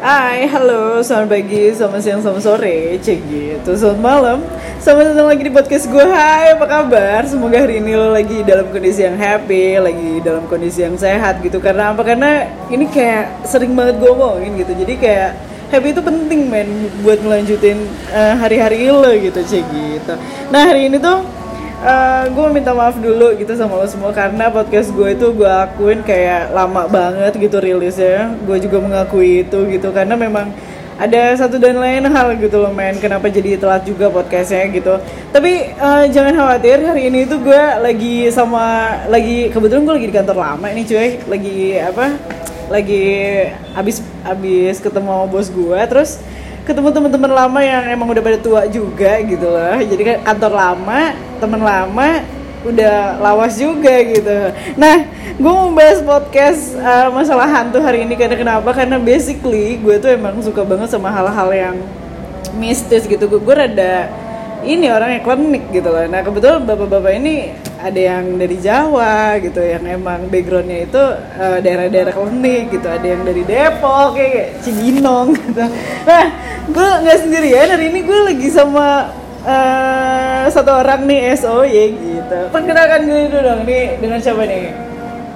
Hai, halo, selamat pagi, selamat siang, selamat sore, cek gitu, selamat malam Selamat datang lagi di podcast gue, hai apa kabar? Semoga hari ini lo lagi dalam kondisi yang happy, lagi dalam kondisi yang sehat gitu Karena apa? Karena ini kayak sering banget gue omongin gitu Jadi kayak happy itu penting men buat ngelanjutin eh, hari-hari lo gitu cek gitu Nah hari ini tuh gue Eh, minta maaf dulu gitu sama lo semua karena podcast gue itu gue akuin kayak lama banget gitu rilisnya gue juga mengakui itu gitu karena memang ada satu dan lain hal gitu loh men kenapa jadi telat juga podcastnya gitu tapi eh, jangan khawatir hari ini tuh gue lagi sama lagi kebetulan gue lagi di kantor lama nih cuy lagi apa lagi abis abis ketemu sama bos gue terus ketemu teman-teman lama yang emang udah pada tua juga gitu loh jadi kan kantor lama teman lama udah lawas juga gitu nah gue mau bahas podcast uh, masalah hantu hari ini karena kenapa karena basically gue tuh emang suka banget sama hal-hal yang mistis gitu gue gue rada ini orangnya klinik gitu loh nah kebetulan bapak-bapak ini ada yang dari Jawa gitu yang emang backgroundnya itu eh, daerah-daerah klinik gitu ada yang dari Depok kayak kayak Cibinong gitu nah gue nggak sendirian hari ini gue lagi sama eh, satu orang nih SOY gitu perkenalkan gue dulu dong nih dengan siapa nih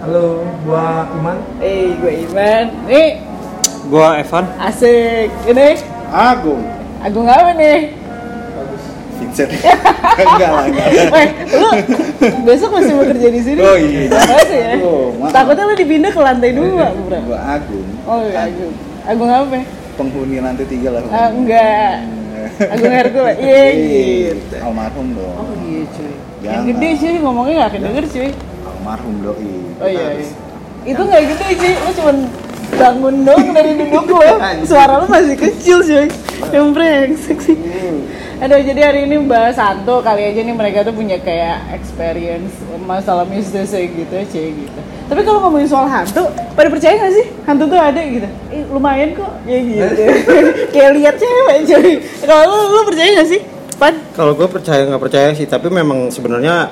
Halo, gua Iman. eh gue Iman nih Gua Evan. asik ini Agung Agung apa nih Vincent enggak lah enggak Weh, Eh, lu besok masih bekerja di sini? Oh, iya. Masih ya? Oh, maaf. Oh, iya. Takutnya lu dipindah ke lantai dua, bro. gua Agung Oh, iya, Agung. Agung apa? Oh. penghuni lantai tiga lah Ah, enggak. Agung Herkul. Iya, gitu. almarhum dong Oh, iya, cuy. Yang Jangan. gede sih ngomongnya nggak akan denger, cuy. almarhum doi Oh iya, iya. Itu nggak gede sih, lu cuman bangun dong dari duduk lo. Suara lu masih kecil, cuy. Yang brengsek sih. Aduh, jadi hari ini bahas santo kali aja nih mereka tuh punya kayak experience masalah mistis kayak gitu cuy gitu. Tapi kalau ngomongin soal hantu, pada percaya gak sih hantu tuh ada gitu? Ih, lumayan kok, ya gitu. kayak lihat cewek cuy. Kalau lu, lu percaya gak sih? Pan? Kalau gue percaya nggak percaya sih, tapi memang sebenarnya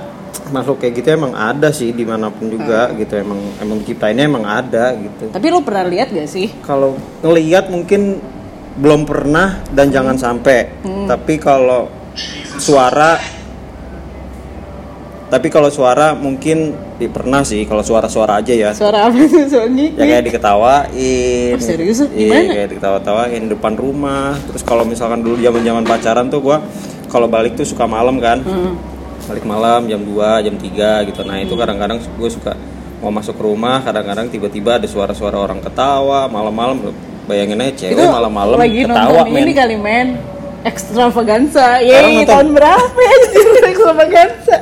makhluk kayak gitu emang ada sih dimanapun Hmm. juga gitu emang emang ciptainnya emang ada gitu. Tapi lu pernah lihat gak sih? Kalau ngelihat mungkin belum pernah dan jangan sampai. Hmm. Tapi kalau suara tapi kalau suara mungkin di- pernah sih kalau suara-suara aja ya. Suara apa tuh? Suara ngikik. Ya kayak diketawain. Oh, serius? Iya, Gimana? kayak diketawa-tawain depan rumah. Terus kalau misalkan dulu zaman-zaman pacaran tuh gua kalau balik tuh suka malam kan. Hmm. Balik malam jam 2, jam 3 gitu. Nah, Hmm. itu kadang-kadang gue suka mau masuk ke rumah, kadang-kadang tiba-tiba ada suara-suara orang ketawa malam-malam. Bayangin aja Eh, cewek malam-malam lagi ketawa, nonton men. ini kan? kali men extravaganza Orang yeay nonton- tahun berapa ya, anjir extravaganza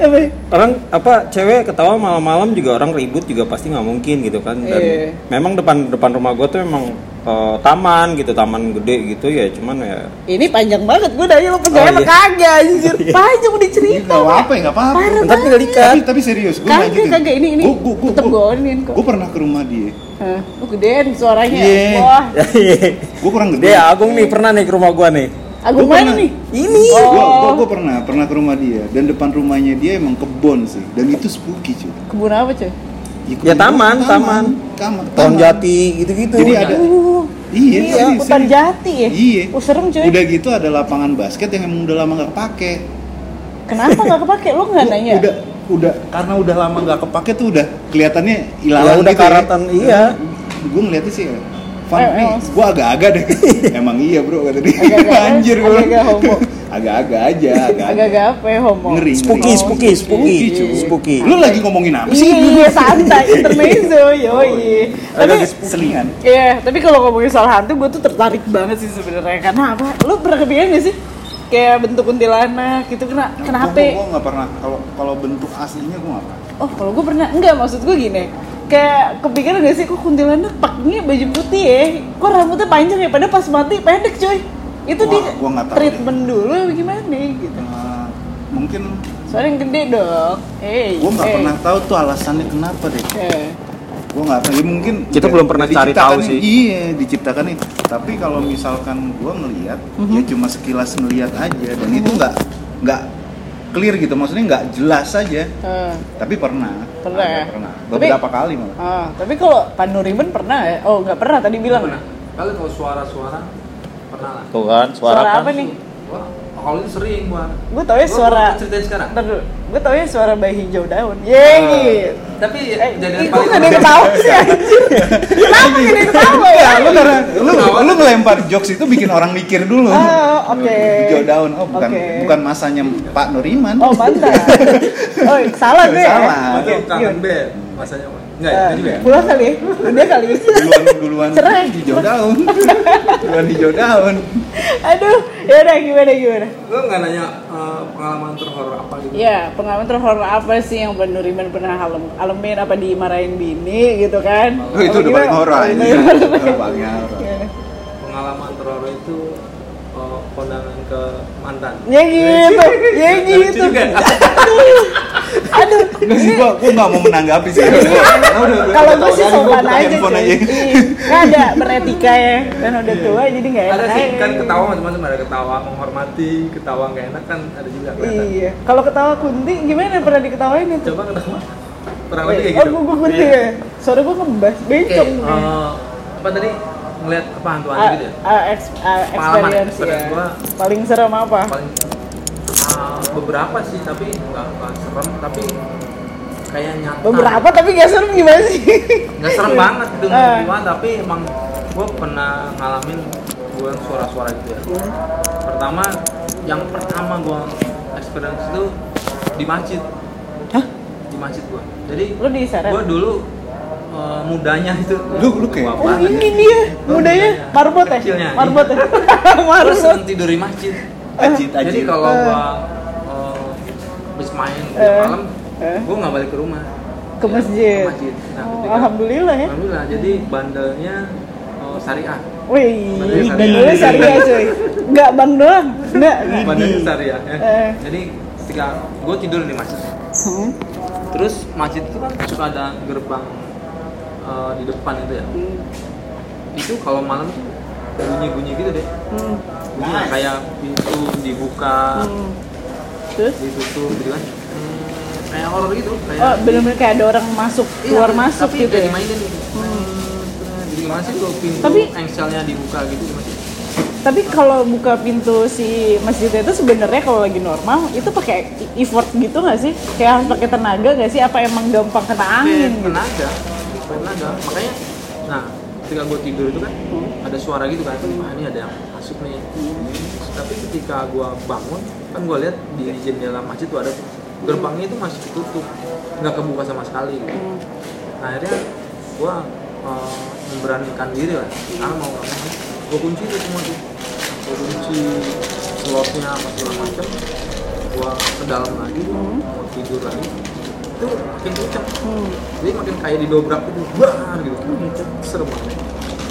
apa orang apa cewek ketawa malam-malam juga orang ribut juga pasti nggak mungkin gitu kan dan Iya. memang depan depan rumah gue tuh emang eh, taman gitu taman gede gitu ya cuman ya ini panjang banget gue dari lo percaya Oh, apa iya. kagak anjir panjang udah Iya. Ini cerita nggak apa-apa ya nggak apa-apa Parah. ntar tinggal tapi ikat tapi serius gua kagak lanjutin. kagak ini ini gua gua gua, tetep gua, gonin kok gua pernah ke rumah dia Hah, lu gedean suaranya Iya. wah gua kurang gede dia Agung nih pernah nih ke rumah gua nih Agung Gua mana pernah- nih ini Gua, gua, Oh. gua pernah pernah ke rumah dia dan depan rumahnya dia emang kebon sih dan itu spooky cuy kebun apa cuy kebun- Ya, taman, taman. taman tahun taman. jati gitu-gitu Jadi ada- uh, iya, iya serius, hutan serius. jati ya Iya. oh serem cuy Udah gitu ada lapangan basket yang emang udah lama nggak kepake. kenapa nggak kepake lu nggak Gua nanya Udah, udah karena udah lama nggak kepake tuh udah kelihatannya hilang gitu Ya udah karatan, iya. Gue ngeliatnya sih Fan, Eh, nih, emang. gue agak-agak deh. Emang iya bro kata dia. Agak-agak, eh, Anjir gue. agak-agak homo. Agak-agak aja. agak-agak apa ya homo Ngeri. spooky Oh, spooky spooky Spooky, cuy. spooky Lu lagi ngomongin apa sih? Iya, santai, intermezzo, yoi. Tapi Agak selingan. Iya, tapi kalau ngomongin soal hantu, gue tuh tertarik banget sih sebenarnya. Karena apa? Lu pernah kepikiran gak sih? Kayak bentuk kuntilanak gitu, kena, kenapa? Gue nggak pernah. Kalau kalau bentuk aslinya gue nggak pernah. Oh, kalau gue pernah, enggak maksud gue gini. Kayak kepikiran gak sih, kok kuntilanak pakainya baju putih ya? Kok rambutnya panjang ya? Padahal pas mati pendek coy. Itu Wah, di gua nggak tahu treatment dulu apa gimana gitu. Eh, mungkin Soalnya yang gede dong. Eh, Hey, gue nggak hey. pernah tahu tuh alasannya kenapa deh. Eh. gua nggak tahu ya mungkin Kita udah- belum pernah udah cari diciptakan tahu nih. sih. iya diciptakan itu tapi kalau misalkan gua ngelihat Mhm. ya cuma sekilas ngelihat aja dan itu nggak nggak clear gitu maksudnya nggak jelas aja Eh. tapi pernah Pernah Ada, ya? pernah Tapi- beberapa kali malah Ah, tapi kalau Panurimen pernah ya? Oh, nggak pernah tadi bilang. Kalian kalau suara-suara pernah lah. Tuh kan, suara, Suara kan? apa nih? Wah, kalau ini sering gua. Gue tau ya Gua- suara gua ceritain sekarang. Gue tau ya suara bayi hijau daun Yeay Tapi Eh, kejadian ih, gue paling gak ada yang ketawa sih anjir Kenapa gak ada yang ketawa ya? Nah, lu karena lu lu ngelempar jokes itu bikin orang mikir dulu. Oh, oke. Hijau daun. Oh, bukan Oke. bukan masanya Pak Nuriman. Oh mantap Oh salah gue ya? Salah. Waktu Oke, kangen yuk. band masanya apa? Enggak, Eh, jadi band. Pulang kali ya? Dia kali duluan duluan Cerai. hijau daun. duluan hijau daun. Aduh Yaudah gimana gimana Lu enggak nanya eh, pengalaman terhoror apa gitu. Ya, pengalaman terhoror apa sih yang benar Riman pernah alem, alemin apa dimarahin bini gitu kan? Oh, itu Apa udah gimana? paling horor aja. Paling horor. Udah paling horor. Gimana? Pengalaman terhoror itu eh, kondangan ke mantan. Ya gitu, ya gitu. juga. Aduh, Enggak sih, gua gua enggak mau menanggapi sih. kalau gue sih Tadi gua sopan buka aja handphone cuy. aja. Iya, Nggak ada beretika ya, dan udah tua jadi nggak enak. Iya. Ada sih aja. kan ketawa macam-macam ada ketawa menghormati, ketawa enggak enak kan ada juga kelihatan. Iya, kalau ketawa kunti gimana pernah diketawain itu? Coba ketawa. Kurang lebih kayak Oh, gitu. gue gue kunti ya. Suara gue kembas, bencong. Kayak, gue. eh, apa tadi ngeliat apa hantu Ah, gitu ya? ah, ex- ah, Pengalaman, Experience ya. experience gua. Paling serem apa? paling ah, beberapa sih tapi nggak nggak serem tapi kayak nyata beberapa tapi gak serem gimana sih? nggak serem banget gitu nggak Ah. gimana tapi emang gue pernah ngalamin gue suara-suara gitu ya Iya. pertama yang pertama gue experience itu di masjid Hah? di masjid gue jadi Lu diseret? gue dulu eh, mudanya itu Lu- lu kayak- Oh Gua apaan ini ya? dia, Oh, mudanya mudanya. marbot ya? Kecilnya, iya. Marbot ya? terus Marbot tidur di masjid Ajit jadi ajit. kalau Eh. gua eh, habis main tiap Eh. malam Eh. gua nggak balik ke rumah Ke Ya, masjid. ke masjid. Nah, Oh, ketika- Alhamdulillah ya alhamdulillah jadi bandelnya eh, syariah Wih, Bandelnya dan syariah. dulu syariah ya, cuy Nggak bang doang, nggak nggak. bandelnya syariah ya. Eh. jadi ketika gua tidur di masjid Hmm. terus masjid itu kan suka ada gerbang eh, di depan itu ya itu kalau malam tuh bunyi-bunyi gitu deh Hmm. bunyi lah, kayak pintu dibuka Hmm. Terus? ditutup gitu kan Hmm, kayak horor gitu kayak Oh, bener-bener kayak ada orang masuk, Iya, keluar masuk tapi gitu nggak ya? dimainin gitu. jadi gimana sih kalau pintu Tapi- engselnya dibuka gitu gimana sih? Tapi kalau buka pintu si masjidnya itu sebenarnya kalau lagi normal itu pakai effort gitu nggak sih? Kayak harus pakai tenaga nggak sih? Apa emang gampang kena angin? gitu? Kayak tenaga kayak tenaga makanya nah ketika gue tidur itu kan Hmm. ada suara gitu kan wah ini ada yang masuk nih tapi ketika gue bangun kan gue lihat di jendela masjid tuh ada tuh, gerbangnya itu masih ditutup nggak kebuka sama sekali gitu. nah akhirnya gue memberanikan diri lah ah mau nggak mau gue kunci tuh semua tuh gue kunci slotnya apa segala macam gue ke dalam lagi mau tidur lagi itu makin kenceng Hmm. jadi makin kayak didobrak gitu bar gitu serem banget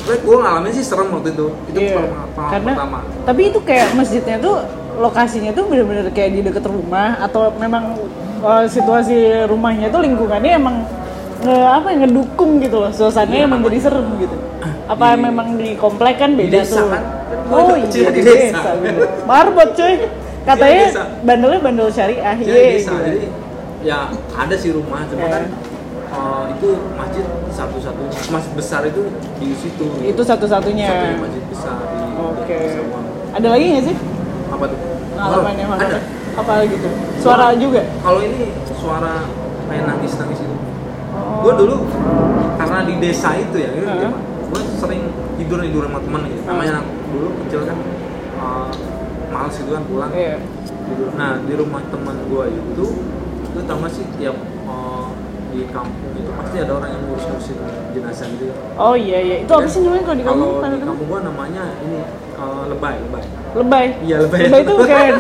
Tapi gue ngalamin sih serem waktu itu itu Iya. pengalaman pengalaman Karena, pertama tapi itu kayak masjidnya tuh lokasinya tuh bener-bener kayak di deket rumah atau memang uh, situasi rumahnya tuh lingkungannya emang nge apa ya, ngedukung gitu loh suasananya Iya, emang jadi serem gitu apa Di- memang di komplek kan di beda desa tuh kan? Kan gua oh kecil iya di di desa, desa. Iya, bener. marbot cuy katanya desa. bandelnya bandel syariah jadi, iya desa, gitu. jadi ya ada sih rumah cuma Iya. kan eh, itu masjid satu-satunya masjid besar itu di situ gitu. itu satu-satunya Satunya masjid besar di oke di Sawa. ada lagi nggak sih apa tuh pengalamannya Horor. ada horor? apa gitu suara juga kalau ini suara kayak nangis nangis itu gue dulu karena di desa itu ya gitu, Oh. Heeh. gue sering tidur tidur sama teman gitu namanya anak dulu kecil kan uh, males gitu kan pulang Iya. tidur nah di rumah teman gue itu itu tau gak sih tiap uh, di kampung itu pasti ada orang yang ngurus ngurusin jenazah gitu ya Oh iya iya, itu apa sih namanya kalau di kampung? kalau Kalau di kampung gue namanya ini uh, lebay lebay Lebay. Iya, lebay. Lebay itu bukan eh,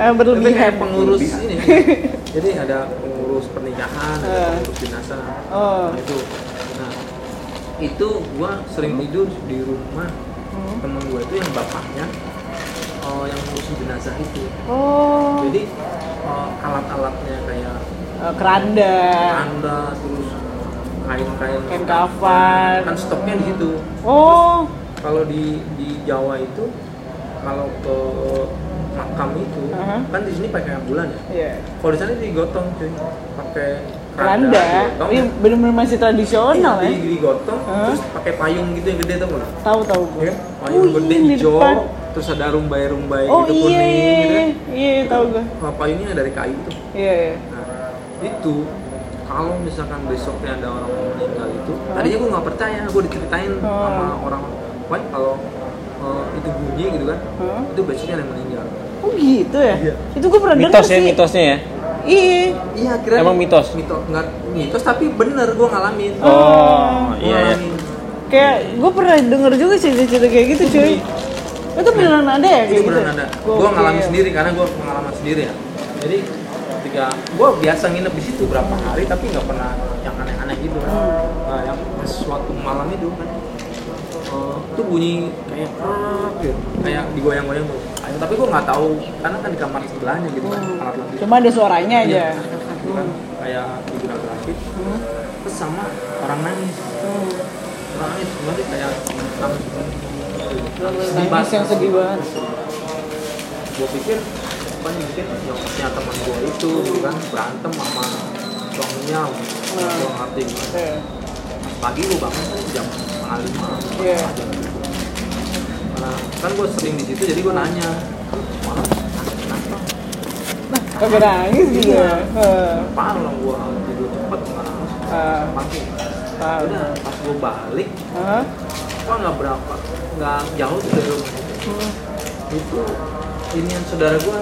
Tapi berlebihan. kayak pengurus Berlebihan. ini. Ah. Jadi ada pengurus pernikahan, ada Eh. pengurus jenazah. Oh. Nah, itu. Nah, itu gua sering tidur di rumah temen gua itu yang bapaknya eh, yang ngurus jenazah itu. Oh, Jadi eh, alat-alatnya kayak eh, keranda. tanda terus Nah. kain-kain Kain kafan. kan stoknya di situ. Oh, Kalau di di Jawa itu kalau ke makam itu Aha. Uh-huh. kan di sini pakai ambulan ya. iya. Kalau di sana digotong cuy, pakai Randa. gotong, Ini bener-bener masih tradisional Iya, Iya, ya. Digigit gotong, Hah? terus pakai payung gitu yang gede tau nggak? Tahu tahu gue. Ya, payung Wih, gede Oh, iya, di hijau, depan. terus ada rumbai-rumbai Oh gitu iya iya kuning gitu. iya, iya tahu gue. Nah, payungnya dari kayu tuh. Iya iya. Nah, itu kalau misalkan besoknya ada orang mau meninggal itu, tadinya gue nggak percaya, gue diceritain Hah? sama orang, wah kalau eh, itu bunyi gitu kan, Hah? itu besoknya ada yang meninggal. Oh gitu ya. Iya. Itu gue pernah denger mitos ya sih. mitosnya ya Iya. Iya, akhirnya Emang mitos? Mitos nggak mitos tapi bener gue ngalamin. oh Gua iya iya ngalamin. Kayak gue pernah denger juga cerita-cerita kayak gitu cuy. Itu beneran ada ya kayak itu gitu. beneran ada gue ngalamin sendiri karena gue pengalaman sendiri ya jadi ketika gue biasa nginep di situ berapa hari tapi nggak pernah yang aneh-aneh gitu kan nah yang pas suatu malam itu kan eh, itu bunyi kayak krek gitu kayak digoyang-goyang tuh Akhirnya- tapi gue nggak tahu karena kan di kamar sebelahnya gitu kan alat lagi Cuma ada suaranya aja. kan kayak dibilang grafit Hmm. terus sama orang nangis Hmm. orang nangis cuma dia kayak nangis nangis sedih Nangis yang sedih banget. gue pikir apa nih, mungkin nyokapnya teman gue itu gitu kan berantem sama suaminya Hmm. gue ngerti gitu. Iya. pagi gue bangun kan jam setengah lima Iya. setengah jam gitu. nah, kan gue sering di situ jadi gue nanya malah kenapa Nah, kagak nangis gitu. Iya. ya? Heeh. parah lah gue tidur cepet malah Ah, pagi ah, udah pas gue balik ah. kok nggak berapa nggak jauh tuh dari rumah itu itu ini yang saudara gue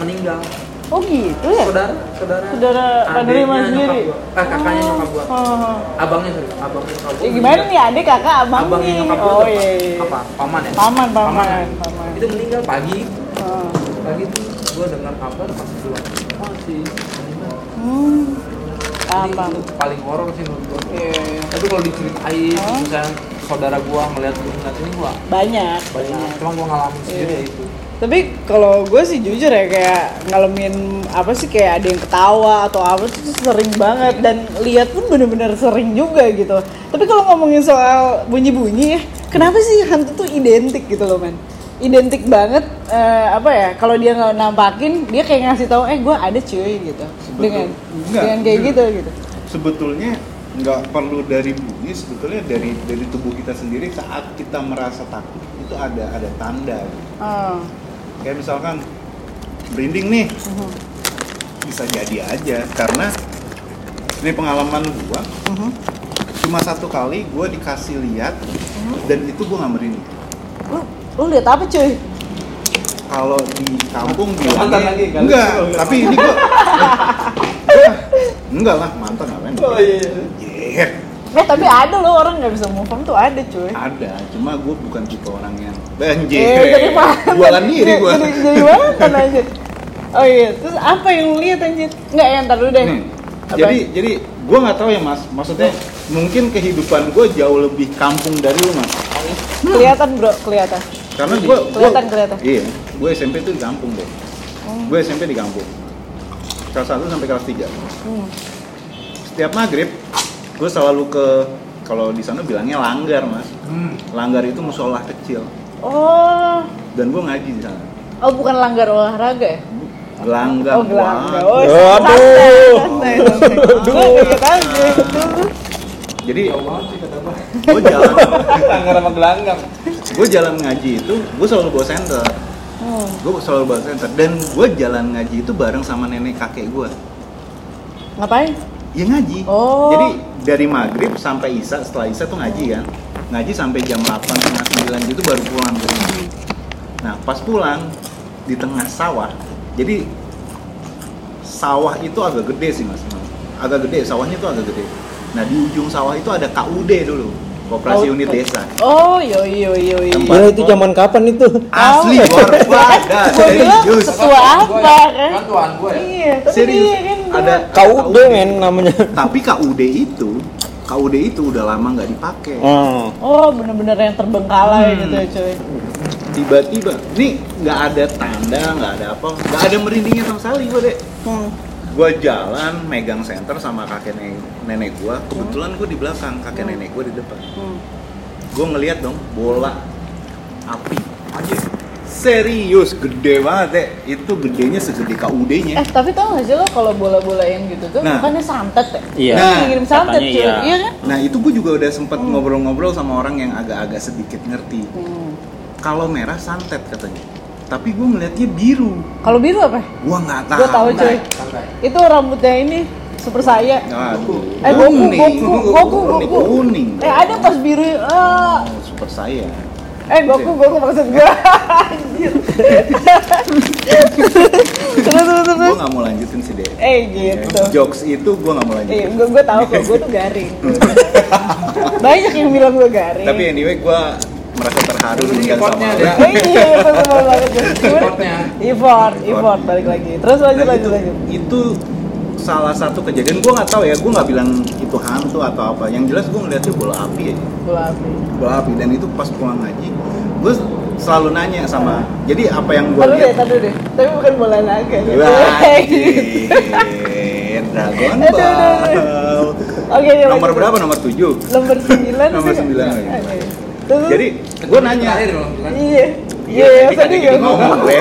meninggal Oh gitu ya? saudara saudara Saudara adiknya Panerima sendiri? nyokap gua. eh kakaknya Oh, nyokap gua oh. abangnya sorry abangnya nyokap gua Ya gimana nih adik kakak abang abangnya nih? nyokap gua Oh tuh iya, iya. apa paman ya Paman, paman, paman. itu meninggal pagi Oh. pagi tuh gua dengar kabar pas keluar oh si meninggal Hmm. Jadi Paham. itu paling horor sih menurut gua Iya, iya. tapi kalau diceritain Oh. misalnya saudara gua ngeliat gua ngeliat ini gua Banyak. banyak cuma gua ngalamin sendiri Iya. ya itu Tapi kalau gue sih jujur ya kayak ngalamin apa sih kayak ada yang ketawa atau apa sih itu sering banget dan lihat pun bener-bener sering juga gitu. Tapi kalau ngomongin soal bunyi-bunyi ya, kenapa sih hantu tuh identik gitu loh men? Identik banget eh, apa ya? Kalau dia nggak nampakin, dia kayak ngasih tahu eh gue ada cuy gitu. Sebetul- Dengan enggak, dengan kayak enggak. gitu gitu. sebetulnya nggak perlu dari bunyi sebetulnya dari dari tubuh kita sendiri saat kita merasa takut itu ada ada tanda Oh. kayak misalkan merinding nih bisa jadi aja karena ini pengalaman gua Mhm. cuma satu kali gua dikasih lihat dan itu gua nggak merinding Lu lu lihat apa cuy? kalau di kampung Mantan bilangnya lagi, kali. Oh, iya. enggak tapi ini gua Eh, enggak lah mantan ngapain Oh, iya, Yeah. Eh tapi ada loh orang nggak bisa move on tuh ada cuy. Ada, cuma gue bukan tipe orang yang banjir. Eh, jadi mantan. Iya, Jualan diri gue. Jadi, jadi mantan anjir. Oh iya, terus apa yang lu lihat anjir? Enggak, ya ntar dulu deh. Nih, Apa? Hmm. jadi jadi gue nggak tahu ya mas. Maksudnya mungkin kehidupan gue jauh lebih kampung dari lu mas. kelihatan bro, kelihatan. Karena gue iya. Kelihatan, kelihatan. Oh. Iya, gue SMP tuh di kampung deh. Gue SMP di kampung. Kelas 1 sampai kelas 3 Hmm. Setiap maghrib gue selalu ke kalau di sana bilangnya langgar mas. Hmm. Langgar itu musola kecil Oh, dan gue ngaji di sana. oh bukan langgar olahraga ya? oh Langgar. gelanggar. iya, waduh. Oh, Waduh. santai, Oh, iya, kan? santai, santai. Gua kayak tahu cuy. Jadi jauh banget Ya sih kata gua gue jalan langgar sama gelanggang gue jalan ngaji itu gue selalu bawa senter Hmm. gue selalu bawa senter dan gue jalan ngaji itu bareng sama nenek kakek gue Ngapain? ya ngaji Oh. jadi dari maghrib sampai isya setelah isya tuh ngaji kan ngaji sampai jam 8 setengah 9 gitu baru pulang ke rumah. nah pas pulang di tengah sawah jadi sawah itu agak gede sih mas agak gede sawahnya itu agak gede nah di ujung sawah itu ada KUD dulu Koperasi Oh, Unit Desa Oh, yo yo yo yo. Tempat. Gila, Iya, itu zaman kapan itu asli Tahu. gor Kan gua bilang serius ketua apa kan? kan tuan gua ya Iya, tapi serius dia kan gua- ada KUD men namanya tapi KUD itu KUD itu udah lama nggak dipakai oh Oh, bener-bener yang terbengkalai Hmm. gitu ya cuy. tiba-tiba nih nggak ada tanda nggak ada apa nggak ada merindingnya sama sekali gue deh Hmm. gue jalan megang senter sama kakek nenek, nenek gue kebetulan gue di belakang kakek nenek gue di depan Hmm. gue ngeliat dong bola api anjir serius gede banget deh itu gedenya segede KUD-nya Eh tapi tau gak sih lo kalau bola-bolain gitu tuh Nah. bukannya santet ya? Iya. Nah, Nah, ngirim santet katanya cuy. iya. Iya kan? nah itu gue juga udah sempet ngobrol-ngobrol sama orang yang agak-agak sedikit ngerti Hmm. kalau merah santet katanya tapi gue melihatnya biru Kalau biru apa? gua nggak tahu Gue tahu cuy. santai Itu rambutnya ini super saya. Aduh, Eh Goku, kuning. Goku, Goku, Kuning, Goku. kuning. Eh ada pas biru. ah. Oh, super saya. Eh Goku, Goku maksud gue. Anjir. terus terus Gue terus. nggak mau lanjutin sih deh. Eh gitu. Jokes itu gue nggak mau Eh, lanjutin. gue gue tahu kok gue tuh garing. Banyak yang bilang gue garing. Tapi anyway, gue merasa terharu Ini dengan sama record-nya Aura. ada. Eh, iya, itu semua banget. Effortnya. Effort, effort balik lagi. Terus Nah, lanjut itu, lanjut lanjut. itu salah satu kejadian gue nggak tahu ya. Gue nggak bilang itu hantu atau apa. Yang jelas gue ngeliatnya bola api aja. Bola api. Bola api dan itu pas pulang ngaji, gue selalu nanya sama. Jadi apa yang gue Tahu deh, lihat? tahu deh. Tapi bukan bola naga. gitu. Wah, Gitu. anjir, Aduh, Dragon aduh, Ball. Oke, oke, Nomor lanjut. berapa? Nomor 7. Nomor 9 Nomor sembilan lagi. Jadi, gue Gua nanya. Terakhir loh, bukan? Iya. Iya, Iya, tadi sedih ya. gini ngomong gue.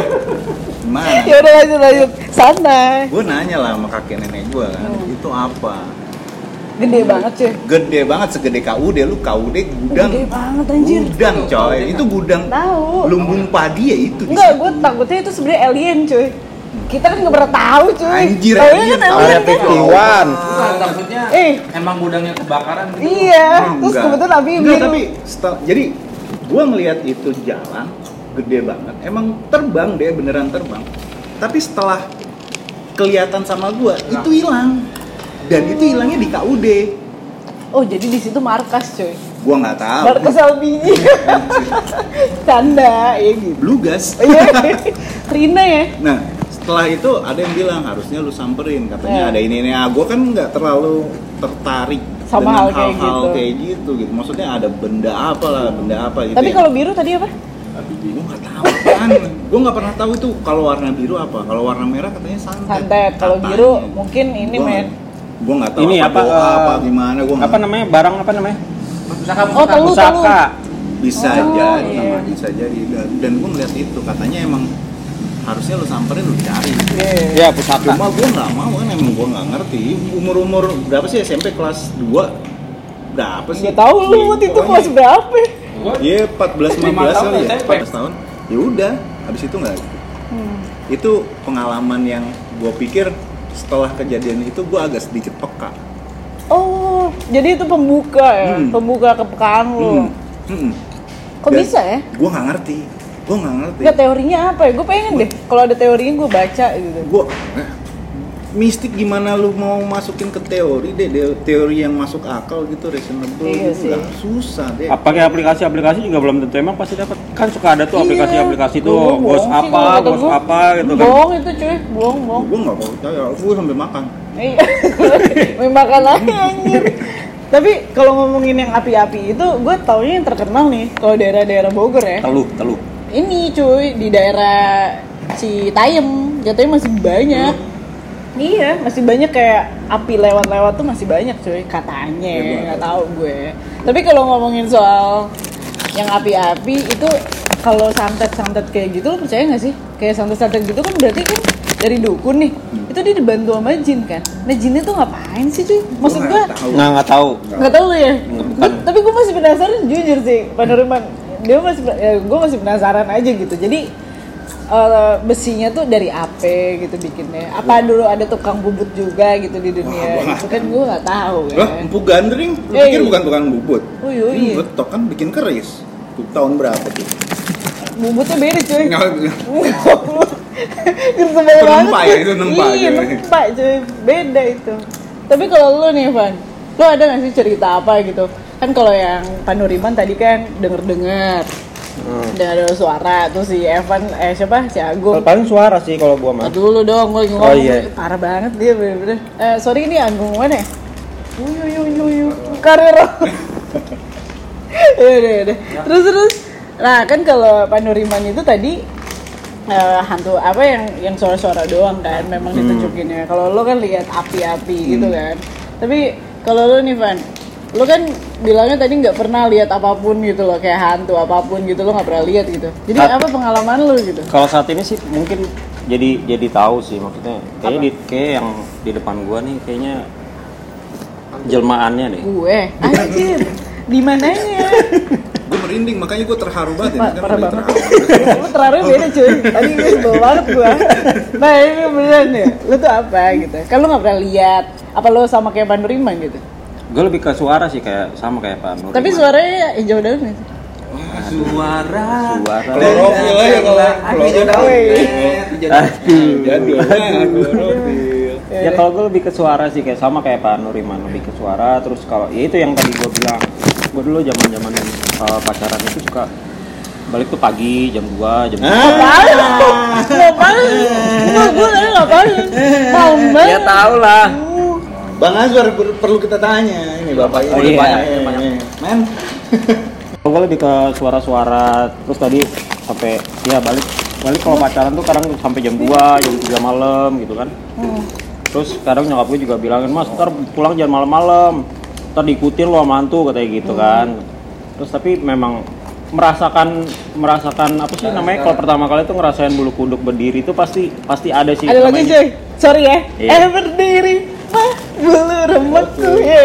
Gimana? Ya udah lanjut lanjut. Santai. Gue nanya lah sama kakek nenek gue kan, Hmm. itu apa? Gede banget, cuy. Gede banget, segede KUD, lu KUD gudang Gede banget anjir. Gudang coy, itu gudang Tahu. lumbung padi ya itu Enggak, gue takutnya itu sebenarnya alien, cuy. Kita kan nggak pernah tahu, cuy. Anjir, Taunya alien, kan taunya alien kan. pikir. Iwan. Bukan, maksudnya Eh. emang gudangnya kebakaran gitu. Iya. Terus Enggak. kebetulan api Enggak, biru. tapi setel- jadi gue ngelihat itu jalan gede banget emang terbang deh beneran terbang tapi setelah kelihatan sama gue Nah. itu hilang dan itu hilangnya di KUD Oh, jadi di situ markas, cuy. gue nggak tahu Markas Iya, Albini. Canda, ya gitu. blugas Iya. Rina ya. Iya, nah setelah itu ada yang bilang harusnya lu samperin Ya. katanya ada ini ini ah gue kan nggak terlalu tertarik Sama hal dengan kayak hal-hal gitu. kayak gitu gitu maksudnya ada benda apa lah benda apa gitu iya. Tapi ya. kalau biru tadi apa? Tapi gue nggak tahu kan. gue nggak pernah tahu itu kalau warna biru apa. Kalau warna merah katanya santet. Santet. Kalau Katanya. biru mungkin ini, Gua- men. Gua nggak tahu Ini apa, doa, eh, apa gimana gue apa namanya barang apa namanya Pusaka Oh, telu, telu. pusaka bisa Oh, jadi iya. sama bisa jadi dan, dan gue ngeliat itu katanya emang harusnya lu samperin lu cari Iya. ya pusaka cuma gue nggak mau kan emang gue nggak ngerti umur umur berapa sih SMP kelas 2 berapa sih Gak tau Ya Iya, lu waktu itu kelas berapa. ya. Gua Iya, 14 15 Lima tahun kali ya, SMP. 14 tahun. Ya udah, habis itu nggak. Hmm. Itu pengalaman yang gue pikir setelah kejadian itu gue agak sedikit peka. Oh, jadi itu pembuka ya, Hmm. pembuka kepekaan Hmm. lu. Oh. Kok bisa Iya. ya? Gue hmm. nggak ngerti. Gue nggak ngerti. Nggak teorinya apa ya? Gue pengen deh. Kalau ada teorinya gue baca gitu. Gue eh, mistik gimana lu mau masukin ke teori deh, de- teori yang masuk akal gitu reasonable Iya gitu. sih. Nggak, susah deh. Ah, pakai aplikasi-aplikasi juga belum tentu emang pasti dapat kan suka ada tuh Iya, aplikasi-aplikasi gua- gua tuh bos bohong sih apa kalau kata bos gua. apa gitu kan Bohong itu cuy, bohong bohong. Gue nggak mau percaya, gue sambil makan. Iya. Memakan aja anjir. Tapi kalau ngomongin yang api-api itu, gue taunya yang terkenal nih kalau daerah-daerah Bogor ya. telu telu Ini cuy di daerah Citayam, jatuhnya masih banyak. Hmm. Iya, masih banyak kayak api lewat-lewat tuh masih banyak cuy katanya, Ya, gua nggak tahu gue. Tapi kalau ngomongin soal yang api-api itu kalau santet-santet kayak gitu lo percaya nggak sih? Kayak santet-santet gitu kan berarti kan dari dukun nih. Hmm. Itu dia dibantu sama jin kan. Nah jinnya tuh ngapain sih cuy? Maksud Nah. Gua gue nggak tahu. Nah, nggak nggak tahu nggak tahu lo ya. Bukan. Gua- tapi gue masih penasaran jujur sih, Panuriman. Dia masih gue masih penasaran aja gitu. Jadi eh, besinya tuh dari apa gitu bikinnya? Apa dulu ada tukang bubut juga gitu di dunia? Wah, wah. Itu kan gue nggak tahu ya. Lah, empuk gandring, lu Eh. pikir bukan tukang bubut? Oh, iya, Ini iya. Betok kan bikin keris. Tuh, tahun berapa tuh? Bubutnya beda cuy. Nggak- Gitu banget. nempak ya, cuy. itu nempak Iya, cuy. nempak cuy. Beda itu. Tapi kalau lu nih, Van, lu ada nggak sih cerita apa gitu? Kan kalau yang Panuriman tadi kan denger-dengar. Dengar suara tuh si Evan eh siapa si Agung paling suara sih kalau gua mah Ntar dulu dong, gue lagi Oh, ngomong iya. Parah banget dia bener-bener Eh, sorry ini Anggung mana ya? Uyu, uyu, uyu, uyu Karero Iya, iya, iya Terus, terus Nah, kan kalau Panuriman itu tadi eh, hantu apa yang yang suara-suara doang kan memang Hmm. ditunjukinnya. Kalau lo kan lihat api-api gitu kan. Tapi kalau lo nih Van, Lo kan bilangnya tadi nggak pernah lihat apapun gitu loh, kayak hantu apapun gitu lo nggak pernah lihat gitu. Jadi Nah. apa pengalaman lo gitu? Kalau saat ini sih mungkin jadi jadi tahu sih maksudnya. Kayaknya di, kayak yang di depan gua nih kayaknya jelmaannya nih. Gue, anjir, di mananya? gue merinding makanya gue terharu banget ya Pak, kan sekarang parah udah banget. terharu Lu terharu beda cuy. Tadi gue sebel banget gua. Nah ini beneran ya. Lu tuh apa gitu? Kan lu nggak pernah lihat. Apa lu sama kayak Pandu Riman gitu? Gue lebih ke suara sih kayak sama kayak Pak Nur. Tapi suaranya hijau daun gitu. Suara. suara. Oh, iya, Klorofil aja kalau iya, klorofil. Aduh. Jadul banget, klorofil. Ya kalau gue lebih ke suara sih kayak sama kayak Pak Nuriman lebih ke suara terus kalau ya itu yang tadi gue bilang gue dulu zaman zaman pacaran itu suka balik tuh pagi jam 2 jam Ngapain? Ngapain? Gue gue tadi ngapain? Mau 3 banget. ya tau lah Bang Azwar per- perlu kita tanya ini bapak Oh, ini. iya, Banyak, iya, banyak. iya. Men, gue lebih ke suara-suara terus tadi sampai ya balik balik kalau pacaran tuh kadang sampai jam 2 jam 3 malam gitu kan Hmm. terus kadang nyokap gue juga bilangin mas ntar pulang jangan malam-malam ntar diikutin lo sama hantu," katanya gitu Hmm. kan terus tapi memang merasakan merasakan apa sih namanya kalau pertama kali tuh ngerasain bulu kuduk berdiri itu pasti pasti ada sih Ada lagi namanya. cuy. Sorry ya. Iya. Eh berdiri. Mah, bulu remekku ya.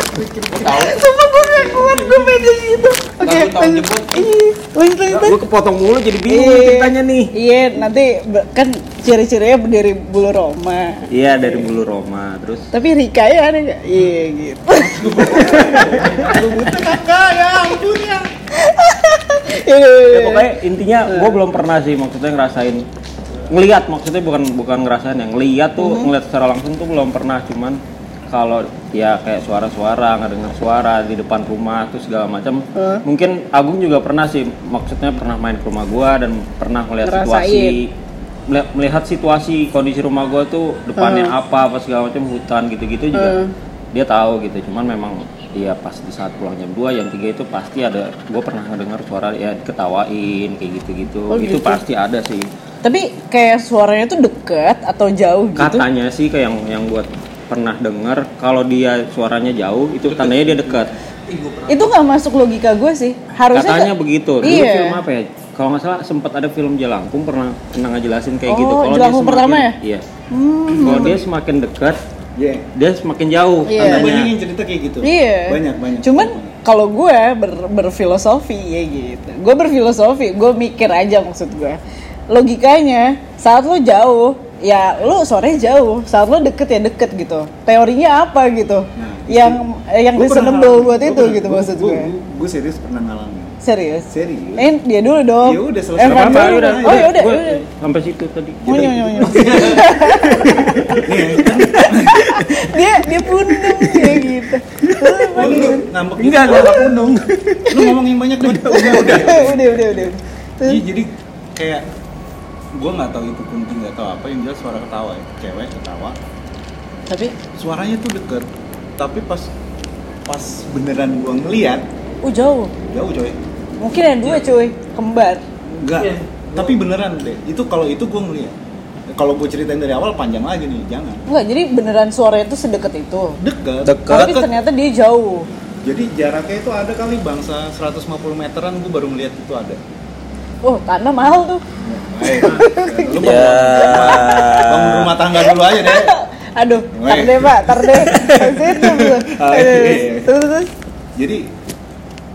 Sumpah gue gak kuat, gue pengen gitu Oke, Lagu tahun lanjut jebot. Iya, lanjut lanjut gue kepotong mulu jadi bingung Iya. nih ceritanya nih Iya, nanti be- kan ciri-cirinya dari bulu Roma. iya dari bulu Roma terus Tapi Rika ya ada nggak? Iya gitu. kan? Lu buta kakak, ya ampun ya. ya pokoknya intinya gue belum pernah sih maksudnya ngerasain ngelihat maksudnya bukan bukan ngerasain yang ngelihat tuh ngelihat secara langsung tuh belum pernah cuman kalau ya kayak suara-suara ngedenger suara di depan rumah tuh segala macam mungkin Agung juga pernah sih maksudnya pernah main ke rumah gua dan pernah ngelihat Ngerasain. situasi meli- melihat situasi kondisi rumah gua tuh depannya apa apa segala macam hutan gitu-gitu juga dia tahu gitu cuman memang dia pas di saat pulang jam 2 jam 3 itu pasti ada gue pernah ngedengar suara ya ketawain kayak gitu-gitu Oh, itu gitu. pasti ada sih Tapi kayak suaranya tuh deket atau jauh gitu? katanya sih kayak yang yang buat pernah dengar kalau dia suaranya jauh itu tandanya dia dekat Itu nggak masuk logika gue sih. Harusnya katanya nggak- begitu dulu Iya. film apa ya kalau nggak salah sempat ada film Jelangkung pernah pernah ngejelasin Oh, kayak gitu kalau dia Jelangkung semakin pertama ya? iya kalau dia semakin dekat ya. dia semakin jauh Iya. Ada tandanya. banyak yang cerita kayak gitu. Iya. Banyak banyak. Cuman kalau gue ber- berfilosofi ya gitu. Gue berfilosofi, gue mikir aja maksud gue. Logikanya saat lo jauh ya lo sore jauh, saat lo deket ya deket gitu. Teorinya apa gitu? Nah, yang eh, yang reasonable buat itu gitu maksud gue. Gue serius pernah Iya. ngalamin. Serius. Serius. Eh dia dulu dong. Ya udah, selesai. Eh, Gak Nggak apa-apa, Fadil udah, dulu. Oh ya udah. Gua udah. sampai situ tadi Unyu, unyu, unyu. dia dia pundung dia gitu. Lu ngambek gitu. Enggak, gue gak pundung. Lu ngomong yang banyak udah udah udah. udah udah udah. Terus- Iya, jadi kayak gue nggak tahu itu penting nggak tahu apa yang jelas suara ketawa ya. Cewek ketawa. Tapi Suaranya tuh deket. Tapi pas pas beneran gue ngeliat oh jauh. jauh coy. Mungkin yang dua Iya. cuy, kembar. Enggak. Tapi beneran deh. Itu kalau itu gue ngeliat. Kalau gue ceritain dari awal panjang lagi nih, jangan. Enggak, jadi beneran suara itu sedekat itu. Deket. Tapi ternyata dia jauh. Jadi jaraknya itu ada kali bangsa 150 meteran gue baru ngeliat itu ada. Oh, tanah mahal tuh. Eh, lu bangun, Ya. bangun rumah tangga dulu aja deh. Aduh, Weh. tar deh, Pak, tar deh. Habis itu, Bu. Ah, Aduh, iya. Terus terus. Jadi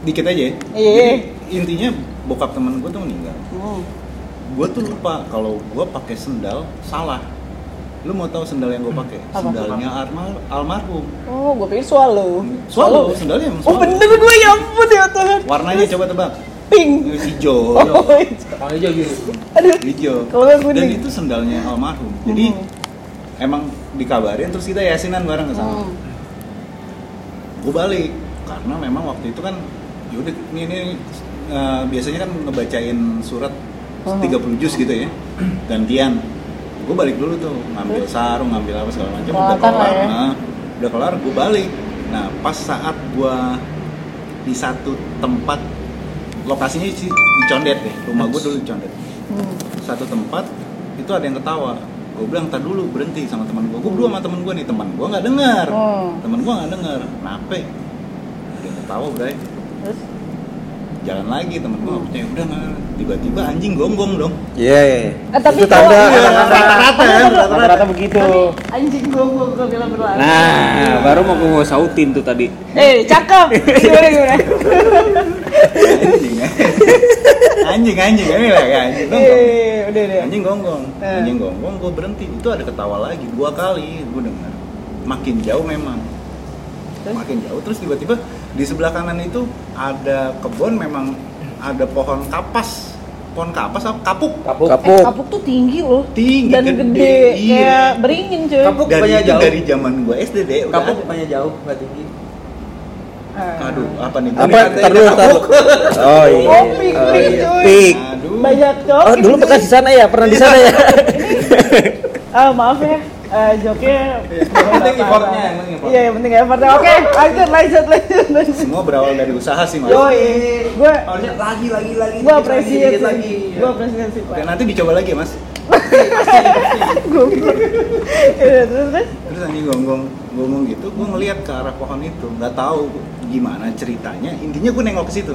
dikit aja ya. Iya. Jadi intinya bokap temen gue tuh meninggal. Hmm. Gue tuh lupa kalau gue pakai sendal salah. Lu mau tahu sendal yang gue pakai? Hmm. Apa? Sendalnya almar- almarhum. Oh, gue pikir swallow. Swallow, sendalnya emang Oh, swallow. bener gue ya ampun ya Tuhan. Warnanya coba tebak. Pink. Hijau. Oh, Paling aja gitu. aduh. Hijau. Kalau nggak Dan kuning. itu sendalnya almarhum. Jadi emang dikabarin terus kita yasinan bareng ke sana. Hmm. gue balik karena memang waktu itu kan yaudah ini, ini eh, biasanya kan ngebacain surat Oh. 30 juz gitu ya gantian gue balik dulu tuh ngambil sarung ngambil apa segala macam udah Peralatan lah kelar ya. nah, udah kelar gue balik nah pas saat gue di satu tempat lokasinya sih di Condet deh rumah gue dulu di Condet Hmm. satu tempat itu ada yang ketawa gue bilang tar dulu berhenti sama teman gue gue berdua sama teman gue nih teman gue nggak dengar Oh. teman gue nggak dengar kenapa dia ketawa bray Terus? jalan lagi temen gue nggak percaya udah nggak tiba-tiba anjing gonggong dong Iya. Eh, tapi itu kalau- tanda Iya, rata-rata ya rata-rata kan? begitu. anjing gua gua gua bilang berlari Nah, baru mau gue sautin tuh tadi. eh cakep gimana gimana anjing anjing anjing ini lah ya anjing gonggong eh udah deh anjing gonggong Eh. anjing gonggong gue berhenti itu ada ketawa lagi dua kali gue dengar makin jauh memang Terus? makin jauh terus tiba-tiba di sebelah kanan itu ada kebun memang ada pohon kapas pohon kapas apa kapuk kapuk Eh, Kapuk. kapuk tuh tinggi loh Tinggi, dan gede, gede, iya. kayak beringin cuy Kapuk dari banyak itu jauh. dari zaman gue SD deh udah Eh, kapuk ada. banyak jauh nggak tinggi Ah. aduh apa nih Apa? Ini- Taruh, taruh. Oh iya. Oh, pik, Oh, pik, iya. cuy. Pik. aduh banyak cowok Oh, dulu bekas di sana ya, pernah di sana ya. ah maaf ya eh joknya Yang penting effortnya, yang penting effort. iya yang penting effortnya oke lanjut lanjut lanjut lanjut semua berawal dari usaha sih mas Yoi. Gue- harusnya lagi lagi lagi gue dikit lagi, apresiasi dikit lagi gue apresiasi Oke, pak nanti dicoba lagi ya, mas gue Iya, terus terus terus anjing gonggong ngomong gitu gue ngeliat ke arah pohon itu nggak tahu gimana ceritanya intinya gue nengok ke situ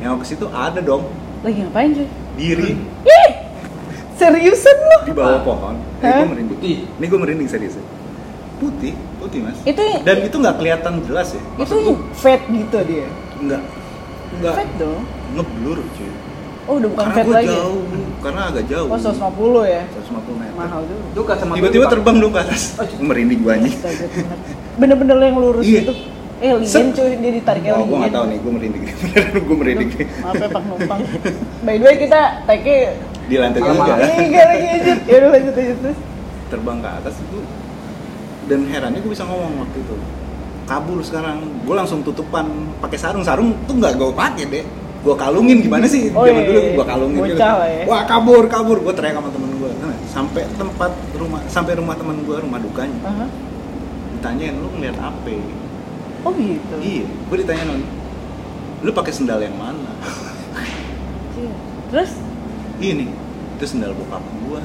nengok ke situ ada dong lagi ngapain cuy diri ih seriusan lu di bawah pohon ini Hah? gue merinding Putih. ini gue merinding serius ya. putih putih mas Itu- dan itu nggak kelihatan jelas ya itu fat gitu dia nggak nggak fat dong ngeblur cuy oh udah bukan karena fat gue lagi ya? jauh karena agak jauh oh 150 ya 150 meter mahal juga Itu kacamata tiba-tiba dipakai. terbang dong ke atas Oh, Gua merinding gue anjing Astaga, Gitu bener. bener-bener lo yang lurus Iya. gitu eh lien Set. cuy dia ditarik Oh, gue nggak tahu nih, gue merinding. gue merinding. maaf ya pak numpang by the way kita take Di lantai Malam-malam. tiga. tiga lagi lanjut ya udah lanjut lanjut terus terbang ke atas itu dan herannya gue bisa ngomong waktu itu kabur sekarang gue langsung tutupan pakai sarung sarung tuh nggak gue pakai deh gue kalungin gimana sih Oh, zaman iya, dulu iya. gue kalungin gitu. Bocah lah ya. wah kabur kabur gue teriak sama temen gue sampai tempat rumah sampai rumah temen gue rumah dukanya Aha. ditanyain lu ngeliat apa oh gitu iya gue ditanyain lu pakai sendal yang mana Iya. terus ini itu sendal bokap gue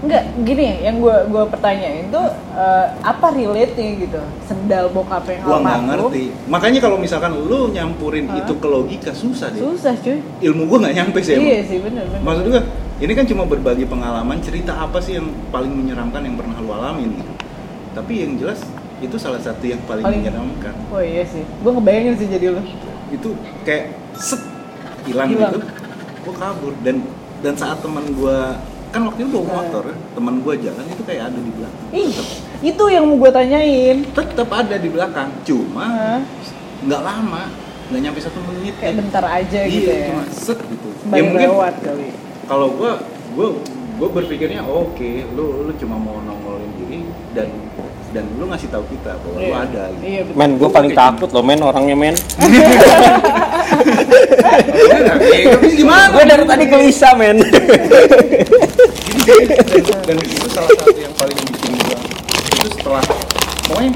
Enggak, gini yang gue gua pertanyain tuh eh, apa relate-nya gitu sendal bokap yang gue nggak almarhum. ngerti makanya kalau misalkan lu nyampurin Hah? itu ke logika susah deh susah cuy ilmu gue nggak nyampe sih iya emang. sih bener bener maksud gue ini kan cuma berbagi pengalaman cerita apa sih yang paling menyeramkan yang pernah lu alamin gitu. tapi yang jelas itu salah satu yang paling, Paling- menyeramkan oh iya sih gue ngebayangin sih jadi lu itu kayak set hilang Hilang. gitu gue kabur dan dan saat teman gue kan waktu itu bawa Eh. motor ya, teman gue jalan itu kayak ada di belakang ih itu yang mau gue tanyain tetap ada di belakang cuma Hah? nggak lama nggak nyampe satu menit kayak bentar aja iya, gitu ya cuma set gitu Sembari lewat kali kalau gua gua gua berpikirnya oke lu lu cuma mau nongolin diri dan dan lu ngasih tahu kita bahwa lu Iya. ada gitu. iya betul Men, gue paling takut loh men orangnya men. iya. Iya. Tapi gimana? Gue Iya, dari tadi gelisah men. Dan- dan itu salah satu yang paling bikin gua itu setelah pokoknya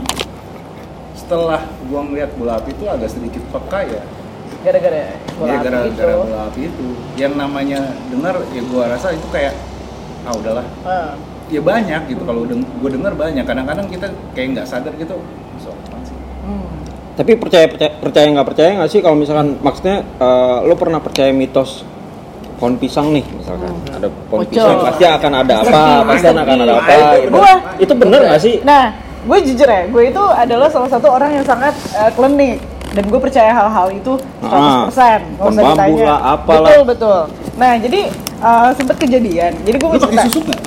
setelah gua ngeliat bola api itu agak sedikit peka ya gara-gara bola gitu. ya api itu gara-gara bola api itu yang namanya dengar ya gua rasa itu kayak ah udahlah Ah, ya banyak gitu kalau deng- gua dengar banyak kadang-kadang kita kayak nggak sadar gitu "So, apaan sih?" hmm. Tapi percaya percaya percaya nggak percaya nggak sih kalau misalkan maksudnya eh, lo pernah percaya mitos pohon pisang nih misalkan Hmm. ada pohon Bocor. pisang pasti akan ada apa pasti akan ada apa Ah, itu gitu. Gua- itu bener nggak sih Nah, gue jujur ya, gue itu adalah salah satu orang yang sangat eh, klinik dan gue percaya hal-hal itu 100% Ah, nggak pohon usah bambu ditanya. lah, apalah. Betul betul. Nah, jadi eh, sempet kejadian. Jadi gue lu pakai susuk nggak?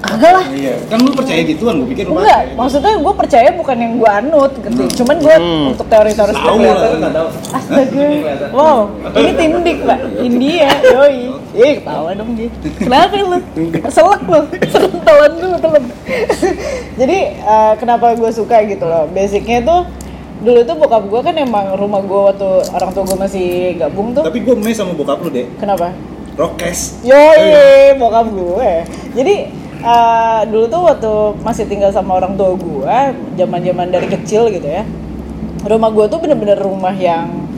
Kagak lah. Iya, kan lu percaya gituan, gue pikir lu Enggak, pakai. maksudnya gue percaya bukan yang gue anut gitu. Cuman gue Hmm. untuk teori-teori Tahu seperti lah. kan. itu. nggak tahu Astaga, wow, ini tim dik pak, India, yoi Ih, ketawa dong dia Kenapa lu? Selek lu, Selek, telan dulu, telan Jadi, eh, kenapa gue suka gitu loh Basicnya tuh, dulu tuh bokap gue kan emang rumah gue waktu orang tua gue masih gabung tuh Tapi gue mes sama bokap lu deh, Kenapa? rokes. Iya. Yoi, bokap gue. Jadi eh, dulu tuh waktu masih tinggal sama orang tua gue, zaman-zaman dari kecil gitu ya. Rumah gue tuh bener-bener rumah yang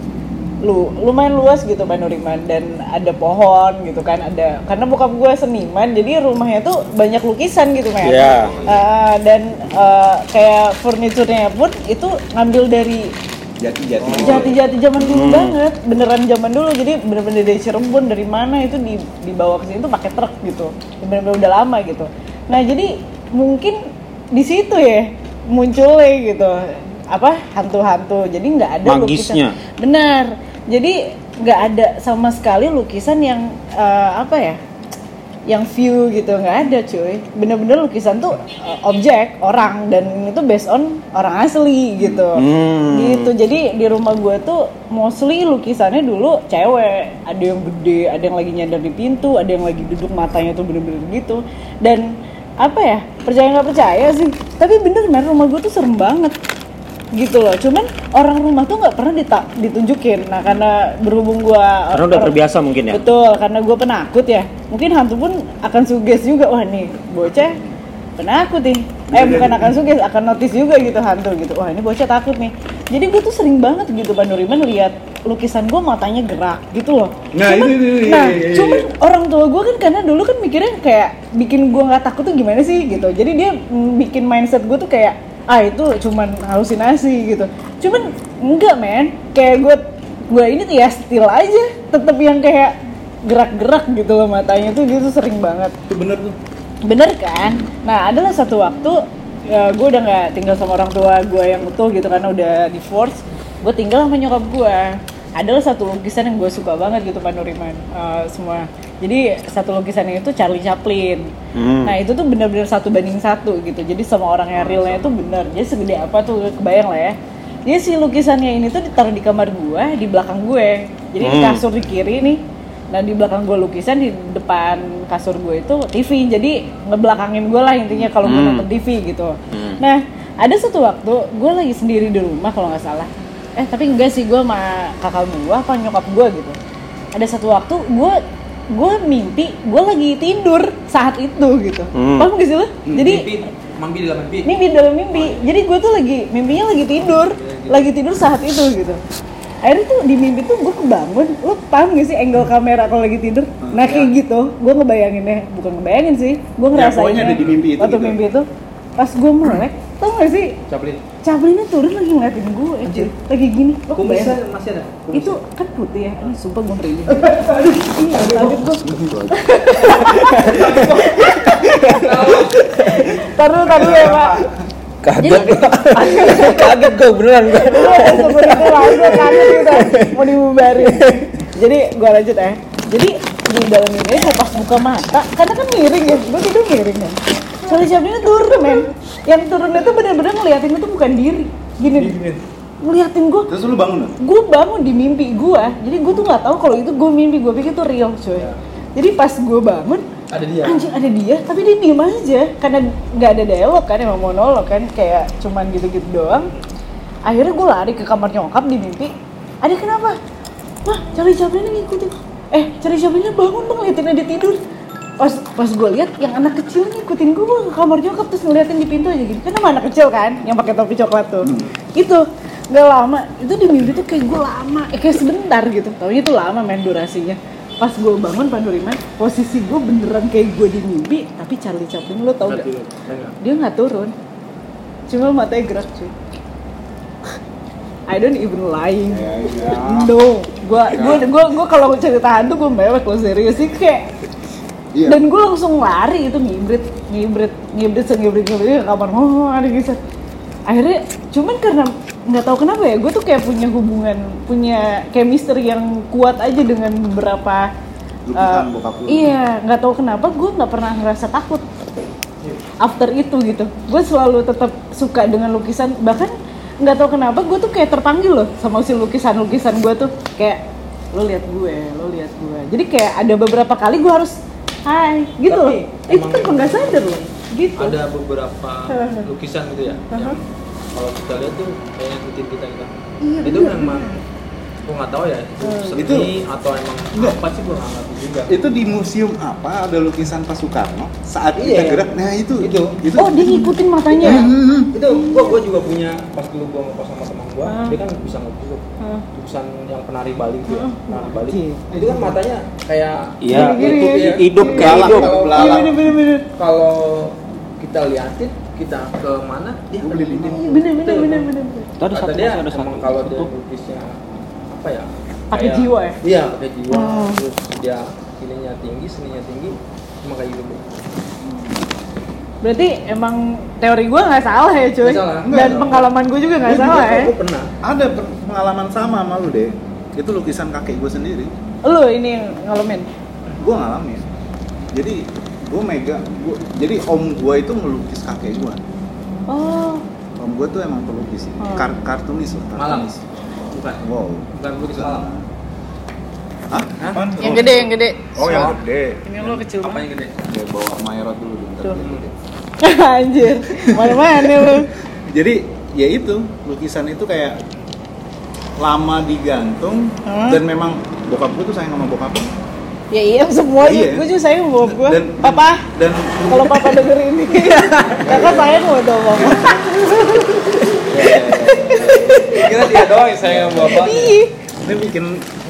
lu lumayan luas gitu Panuriman dan ada pohon gitu kan ada karena bokap gue seniman jadi rumahnya tuh banyak lukisan gitu men Iya. Eh, dan eh, kayak furniturnya pun itu ngambil dari jati jati Oh, jati-jati zaman dulu banget beneran zaman dulu jadi bener-bener dari Cirebon dari mana itu di- dibawa ke sini tuh pakai truk gitu bener-bener udah lama gitu nah jadi mungkin di situ ya munculnya gitu apa hantu-hantu jadi nggak ada Magisnya. lukisan benar jadi nggak ada sama sekali lukisan yang eh, apa ya yang view gitu nggak ada cuy bener-bener lukisan tuh eh, objek orang dan itu based on orang asli gitu Hmm. gitu jadi di rumah gue tuh mostly lukisannya dulu cewek ada yang gede ada yang lagi nyadar di pintu ada yang lagi duduk matanya tuh bener-bener gitu dan apa ya percaya nggak percaya sih tapi bener men rumah gue tuh serem banget gitu loh cuman orang rumah tuh nggak pernah dita- ditunjukin nah karena berhubung gue Karena udah terbiasa mungkin ya. Betul, karena gue penakut ya. Mungkin hantu pun akan suges juga. Wah nih, bocah penakut nih. Eh bukan akan suges, akan notice juga gitu hantu gitu. Wah ini bocah takut nih. Jadi gue tuh sering banget gitu Banduriman lihat lukisan gue matanya gerak gitu loh. Nah, Cuman- itu- itu- itu- nah, iya, iya, iya. cuman orang tua gue kan karena dulu kan mikirnya kayak bikin gue nggak takut tuh gimana sih gitu. Jadi dia mm, bikin mindset gue tuh kayak ah itu cuman halusinasi gitu. Cuman enggak men, kayak gue gue ini tuh ya still aja, tetep yang kayak gerak-gerak gitu loh matanya tuh gitu sering banget. Itu bener tuh. Bener kan? Nah, adalah satu waktu ya, gue udah nggak tinggal sama orang tua gue yang utuh gitu karena udah divorce. Gue tinggal sama nyokap gue. Adalah satu lukisan yang gue suka banget gitu Pak Nuriman eh, semua. Jadi satu lukisannya itu Charlie Chaplin. Hmm. Hmm. Nah itu tuh bener-bener satu banding satu gitu. Jadi sama orang yang realnya itu bener. Jadi segede apa tuh kebayang lah ya. Jadi si lukisannya ini tuh ditaruh di kamar gue, di belakang gue. Jadi di Hmm. kasur di kiri nih Nah di belakang gue lukisan di depan kasur gue itu TV jadi ngebelakangin gue lah intinya kalau gue Hmm. nonton TV gitu. Nah ada satu waktu gue lagi sendiri di rumah kalau nggak salah. Eh tapi enggak sih gue sama kakak gue apa nyokap gue gitu. Ada satu waktu gue gue mimpi gue lagi tidur saat itu gitu. Hmm. Paham gak sih lo? Jadi mimpi, mimpi dalam mimpi. mimpi dalam Oh, mimpi iya. jadi gue tuh lagi mimpinya lagi tidur lagi tidur saat itu gitu akhirnya tuh di mimpi tuh gue kebangun lu paham gak sih angle kamera kalau lagi tidur Hmm, nah iya. kayak gitu gue ngebayanginnya bukan ngebayangin sih gue ngerasainnya Ya, pokoknya ada di mimpi itu waktu gitu. mimpi itu pas gue melek tau gak sih Chaplin. Cablinnya turun lagi ngeliatin gue cuy. lagi gini lu Kumisnya kebayang masih ada. itu kan putih ya aduh sumpah gue merinding iya kaget gue taruh taruh ya pak Kaget. Kaget gue beneran gue. Lu ada sebenarnya langsung kaget gitu mau dibubarin jadi gua lanjut ya jadi di dalam ini saya pas buka mata karena kan miring ya gua tidur miring kan soalnya jamnya turun men yang turunnya tuh bener-bener ngeliatin itu bukan diri gini Iya, ngeliatin gua Terus lu bangun dong. gue bangun di mimpi gue jadi gue tuh nggak tahu kalau itu gue mimpi gue pikir itu real cuy jadi pas gue bangun Ya. Ada dia. anjing ada dia tapi dia diem aja karena nggak ada dialog kan emang monolog kan kayak cuman gitu-gitu doang akhirnya gue lari ke kamar nyokap di mimpi ada kenapa mah cari Chaplin ngikutin eh cari Chaplin bangun dong liatin ada tidur pas pas gue lihat yang anak kecil ngikutin gue ke kamar nyokap terus ngeliatin di pintu aja gitu kan sama anak kecil kan yang pakai topi coklat tuh itu nggak lama itu di mimpi tuh kayak gue lama eh, kayak sebentar gitu taunya itu lama main durasinya pas gue bangun Panduriman posisi gue beneran kayak gue di mimpi tapi Charlie Chaplin lo tau gak dia nggak turun cuma matanya gerak cuy I don't even lying Ya, no gue gue gue gue kalau cerita hantu gue mewek lo serius sih kayak Iya. dan gue langsung lari itu ngibrit ngibrit ngibrit ngibrit ngibrit ke kamar oh ada geser akhirnya cuman karena nggak tahu kenapa ya gue tuh kayak punya hubungan punya chemistry yang kuat aja dengan beberapa Lukisan eh, bokap lu. iya nggak tahu kenapa gue nggak pernah ngerasa takut after itu gitu gue selalu tetap suka dengan lukisan bahkan nggak tahu kenapa gue tuh kayak terpanggil loh sama si lukisan lukisan gue tuh kayak lo lihat gue lo lihat gue jadi kayak ada beberapa kali gue harus hai gitu loh Tapi itu emang tuh nggak sadar loh gitu Uh-huh. Ada beberapa lukisan gitu ya. yang Kalau kita lihat tuh kayak ngikutin kita kita. Iya, itu bener. Hmm. memang gue nggak tahu ya itu seni Itu- atau emang Enggak. apa sih gue nggak ngerti juga. Itu di museum apa ada lukisan Pak Soekarno saat kita Iya. gerak. Nah, itu. Itu. oh dia ngikutin matanya Hmm, hmm, hmm. itu gua gua juga punya pas dulu gua ngekos sama teman gua Hmm. dia kan bisa ngelukis tuh Hmm. lukisan yang penari Bali gitu ya Hmm. penari Bali itu kan matanya kayak Iya, Gini, itu gini. hidup kayak Galak, hidup. galak. Iya bener bener bener. kalau kita liatin kita ke mana dia akan liatin Iya, bener, bener, bener, bener, bener. Itu ada Kata satu, dia masih ada emang satu. kalau dia Satu. lukisnya apa ya Pakai kayak- jiwa ya? iya pakai jiwa Oh. terus dia ininya tinggi seninya tinggi cuma kayak Eh? gitu Berarti emang teori gue nggak salah ya cuy. Nggak salah. Dan Nggak. pengalaman gue juga nggak Gua salah juga- ya. gua pernah Ada per- pengalaman sama sama lu deh. Itu lukisan kakek gue sendiri. Lu ini yang ngalamin. Gue ngalamin. Jadi gue mega. gua- jadi om gue itu ngelukis kakek gue. Oh. Om gue tuh emang pelukis, Oh. Kar- kartunis lah. malam Kartunis. bukan Wow. bukan lukis malam Hah? Apaan? Yang gede, yang gede. Oh, yang gede. Ini lu kecil apa yang gede Ya, bawa Maerot dulu bentar. Tuh. dia gede. Anjir. Mana-mana lu. Jadi ya itu lukisan itu kayak lama digantung Hah? dan memang bokap gue tuh sayang sama bokap gue. Ya iya semuanya. Iya. Gue juga sayang sama gue. Dan- Papa, dan kalau papa denger ini. Kakak sayang sama tuh mama. kita dia doang yang sayang sama bapak Iya. ini bikin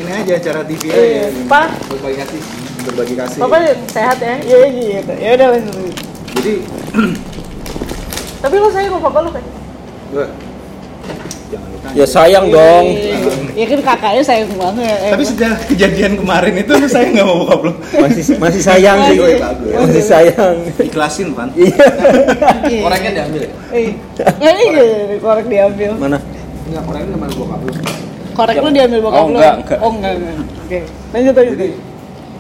ini aja acara TV aja Iya. ini. Pak, berbagi kasih berbagi kasih. papa sehat ya? Iya gitu. Ya udah lanjut. Jadi Tapi lu sayang sama papa lu kan? gue jangan ditanya. Ya sayang dong. Iya. Ya kan kakaknya sayang banget. Eh, Tapi sejak kejadian kemarin itu lu sayang nggak sama bokap lu? Masih masih sayang sih. Iya, Gue bagus. Masih sayang. Ikhlasin pan. iya. orangnya diambil ya Eh, ya ini korek diambil. Mana? enggak orangnya teman bokap lu Korek lu diambil bokap Oh, lu. enggak, enggak. Oh enggak enggak. Oke. Lanjut lanjut. Jadi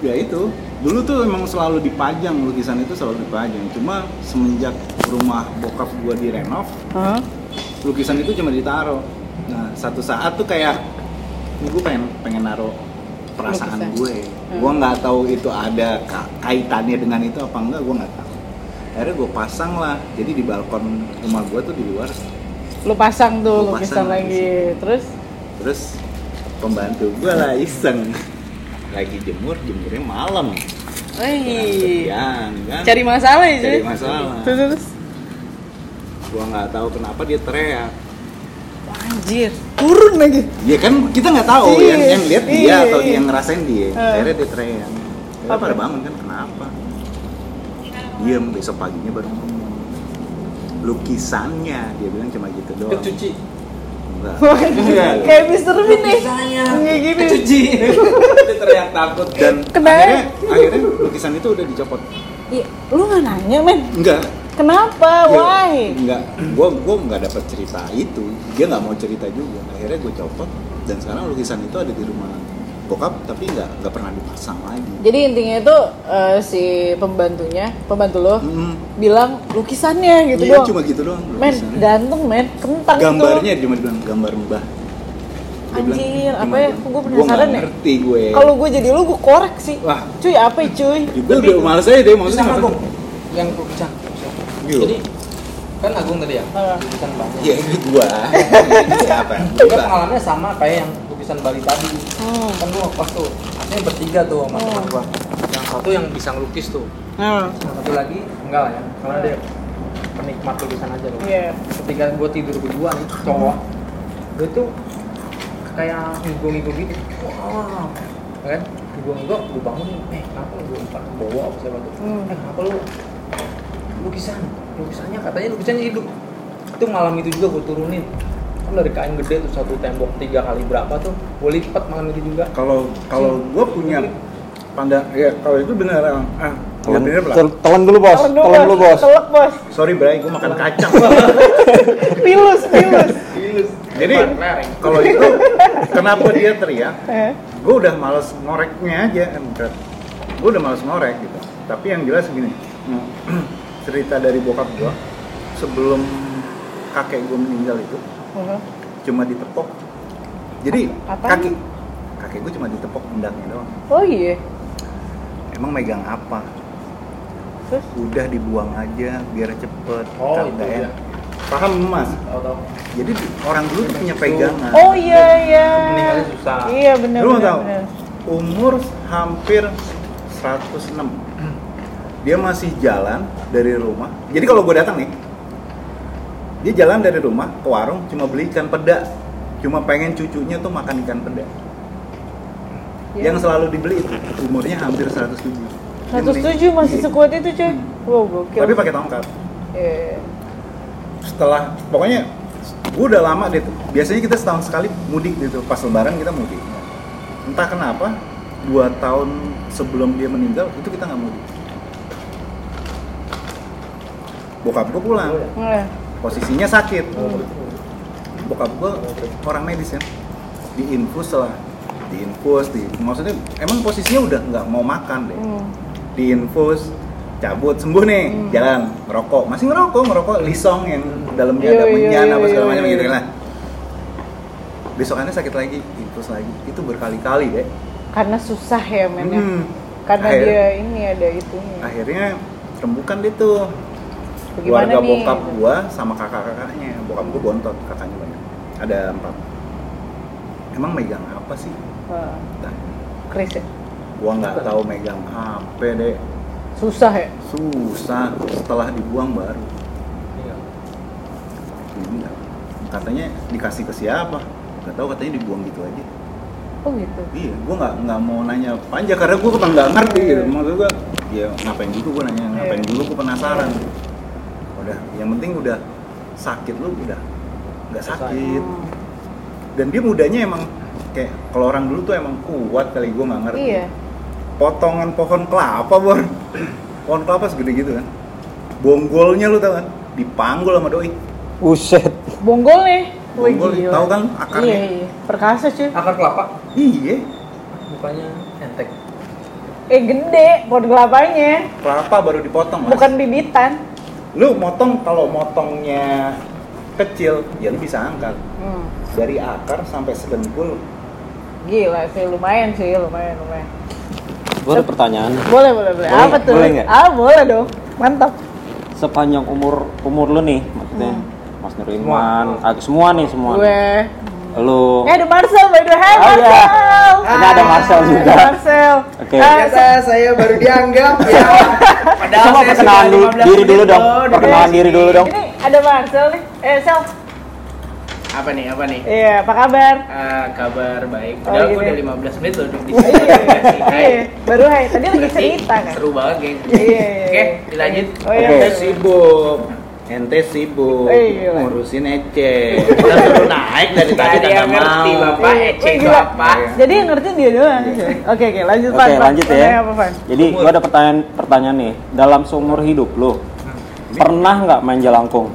ya itu dulu tuh emang selalu dipajang lukisan itu selalu dipajang. Cuma semenjak rumah bokap gue direnov Hah? lukisan itu cuma ditaruh. Nah, satu saat tuh kayak gue pengen pengen naruh perasaan Lukisan. Hmm. gue. Gue nggak tahu itu ada ka- kaitannya dengan itu apa enggak, gue nggak tahu. Akhirnya gue pasang lah. Jadi di balkon rumah gue tuh di luar. Lu pasang tuh Lu lukisan pasang lagi. Terus Terus pembantu gue lah iseng lagi jemur jemurnya malam. Wih. Siang, kan? Cari masalah ya, Cari Cuy? masalah. Terus terus. Gue nggak tahu kenapa dia teriak. Anjir. Turun lagi. Ya kan kita nggak tahu Iya, yang yang lihat dia iya, atau dia iya. yang ngerasain dia. Eh. Akhirnya dia teriak. Akhirnya Apa? pada bangun kan kenapa? Diam besok paginya baru ngomong. Lukisannya dia bilang cuma gitu doang. kecuci Enggak. Kayak Mr. Bean nih. Kayak gini. kecuci dia teriak takut Dan Kena. akhirnya, akhirnya lukisan itu udah dicopot. Ih, Iya, Lu nggak nanya, men. Enggak. Kenapa? Dia- Oh, Why? Enggak. Gua gua enggak dapat cerita itu. Dia nggak mau cerita juga. Akhirnya gue copot dan sekarang lukisan itu ada di rumah bokap tapi nggak nggak pernah dipasang lagi. Jadi intinya itu eh, si pembantunya, pembantu lo Mm. bilang lukisannya gitu Iya, doang. cuma gitu doang. Men, lukisannya. ganteng men, kentang gambarnya tuh. cuma bilang gambar mbah. Dia bilang, Anjir, cuma apa ya? bilang, Gua penasaran nggak ya. ngerti gue. Kalau gue jadi lu, gue korek sih. Wah. Cuy, apa ya cuy? gue udah males aja deh maksudnya sama apa? Agung yang kecuci Gitu. jadi kan Agung tadi ya Ah. lukisan banyak Ya ini gua. Ini siapa? Juga Gua. pengalamannya sama kayak yang lukisan Bali tadi. Hmm. Kan gua pas tuh, akhirnya bertiga Iya. tuh sama teman gua. Yang satu yang bisa ngelukis tuh. Hmm. Yang satu lagi enggak lah ya. Karena dia penikmat lukisan aja loh. Iya. Ketika gua tidur berdua nih, cowok. Gua tuh kayak ngigo-ngigo gitu. Wah. Kan? Ngigo-ngigo, gua bangunin. Eh, kenapa lu empat bawa apa siapa tuh? Hmm. Eh, kenapa lu lukisan? Lukisannya katanya lukisannya hidup. Itu malam itu juga gua turunin. Kan dari kain gede tuh satu tembok tiga kali berapa tuh? Gua lipat malam itu juga. Kalau kalau gua punya panda ya kalau itu benar ah Iya, Telan, benar lah. tel- telan dulu bos. Telak Telan dulu bos. Telak bos. Sorry Bray, gua makan kacang. Pilus, pilus. Jadi Bukan lereng. kalau itu kenapa dia teriak? Eh, gue udah males ngoreknya aja emret gue udah males ngorek gitu tapi yang jelas gini cerita dari bokap gue sebelum kakek gue meninggal itu uh-huh. cuma ditepok jadi Apa- apaan? kakek kakek gue cuma ditepok pundaknya doang Oh iya. emang megang apa Terus? udah dibuang aja biar cepet Oh, kan, itu nggak dia. enak. paham mas Tahu-tahu jadi di- orang dulu tuh punya pegangan Oh iya iya. meninggalnya susah. Iya benar. Lu benar, tau, benar. umur hampir 106 Dia masih jalan dari rumah Jadi kalau gue datang nih Dia jalan dari rumah ke warung cuma beli ikan peda cuma pengen cucunya tuh makan ikan Ya. peda Iya. yang selalu dibeli itu umurnya hampir 107 107 masih sekuat itu coy wow gokil Hmm. tapi pakai tongkat Iya. setelah pokoknya gue udah lama deh tuh. biasanya kita setahun sekali mudik gitu pas lebaran kita mudik entah kenapa dua tahun sebelum dia meninggal itu kita nggak mudik bokap gue pulang Nah, posisinya sakit bokap gue orang medis ya diinfus lah diinfus di maksudnya emang posisinya udah nggak mau makan deh hmm. diinfus cabut sembuh nih jalan ngerokok masih ngerokok ngerokok lisong yang dalamnya ada Yoi, menyan yoi, apa segala yoi, macam yoi. gitu lah besokannya sakit lagi infus lagi itu berkali-kali deh Karena susah ya men ya. Hmm. Karena Akhir- dia ini ada itunya. akhirnya rembukan deh tuh Bagaimana keluarga nih? bokap gua sama kakak-kakaknya bokap gua bontot kakaknya banyak ada empat emang megang apa sih Wah, Nah, Kris ya? gua nggak tahu megang apa deh Susah ya? susah setelah dibuang baru Iya. meninggal Iya. katanya dikasih ke siapa nggak tahu katanya dibuang gitu aja Oh gitu. iya gua nggak nggak mau nanya panjang karena gua emang nggak ngerti gitu maksud gua ya ngapain dulu gua nanya ngapain Iya. dulu gua penasaran udah yang penting udah sakit lu udah nggak sakit Hmm. dan dia mudanya emang kayak kalau orang dulu tuh emang kuat kali gua nggak ngerti Iya. potongan pohon kelapa bor pohon kelapa segede gitu kan bonggolnya lu tau kan dipanggul sama doi Buset. Bonggol nih. Wih, Bonggol, gila. tahu kan akarnya? Iya, iya. Perkasa cuy. Akar kelapa iya bukannya entek. Eh gede pohon kelapanya. kelapa baru dipotong Mas. Bukan bibitan. lu motong kalau motongnya kecil ya lu bisa angkat Hmm. dari akar sampai sedengkul Gila sih lumayan sih, lumayan lumayan. Gue ada pertanyaan. Boleh, boleh, boleh. Boleh- Apa tuh? boleh nggak? Ah, boleh dong. Mantap. Sepanjang umur umur lu nih, maksudnya Hmm. Mas Nuriman, Semua. ah, semua nih semua. Gue. Lu Eh, ada Marcel, by the way. Hai, Oh, iya. Marcel. Ini ada Marcel Hai, juga. Marcel. Oke. Hai, Sa- saya baru dianggap ya. Padahal coba ya, perkenalan dulu, diri dulu dong. Perkenalan diri dulu dong. Ini ada Marcel nih. Eh, Sel. Apa nih? Apa nih? Iya, apa kabar? Ah, kabar baik. Oh, iya. Padahal gitu. gua udah 15 menit loh duduk di sini. Ya, sih. Hai. Iya, baru hai. Tadi lagi Berarti cerita kan? Seru banget, geng. Iya. Oke, dilanjut. Oh iya. Oke. Oke. sibuk ente sibuk Eh, gila. ngurusin ece kita suruh naik dari tadi Tadi kagak yang ngerti, mau Bapak. Ecek Bapak. Jadi yang ngerti dia doang. Oke, oke, lanjut Oke, Pan. Pan. lanjut Pertanyaan ya. Apa, Pan? Jadi gua ada pertanyaan pertanyaan nih. Dalam seumur hidup lu Hmm. pernah nggak main jelangkung?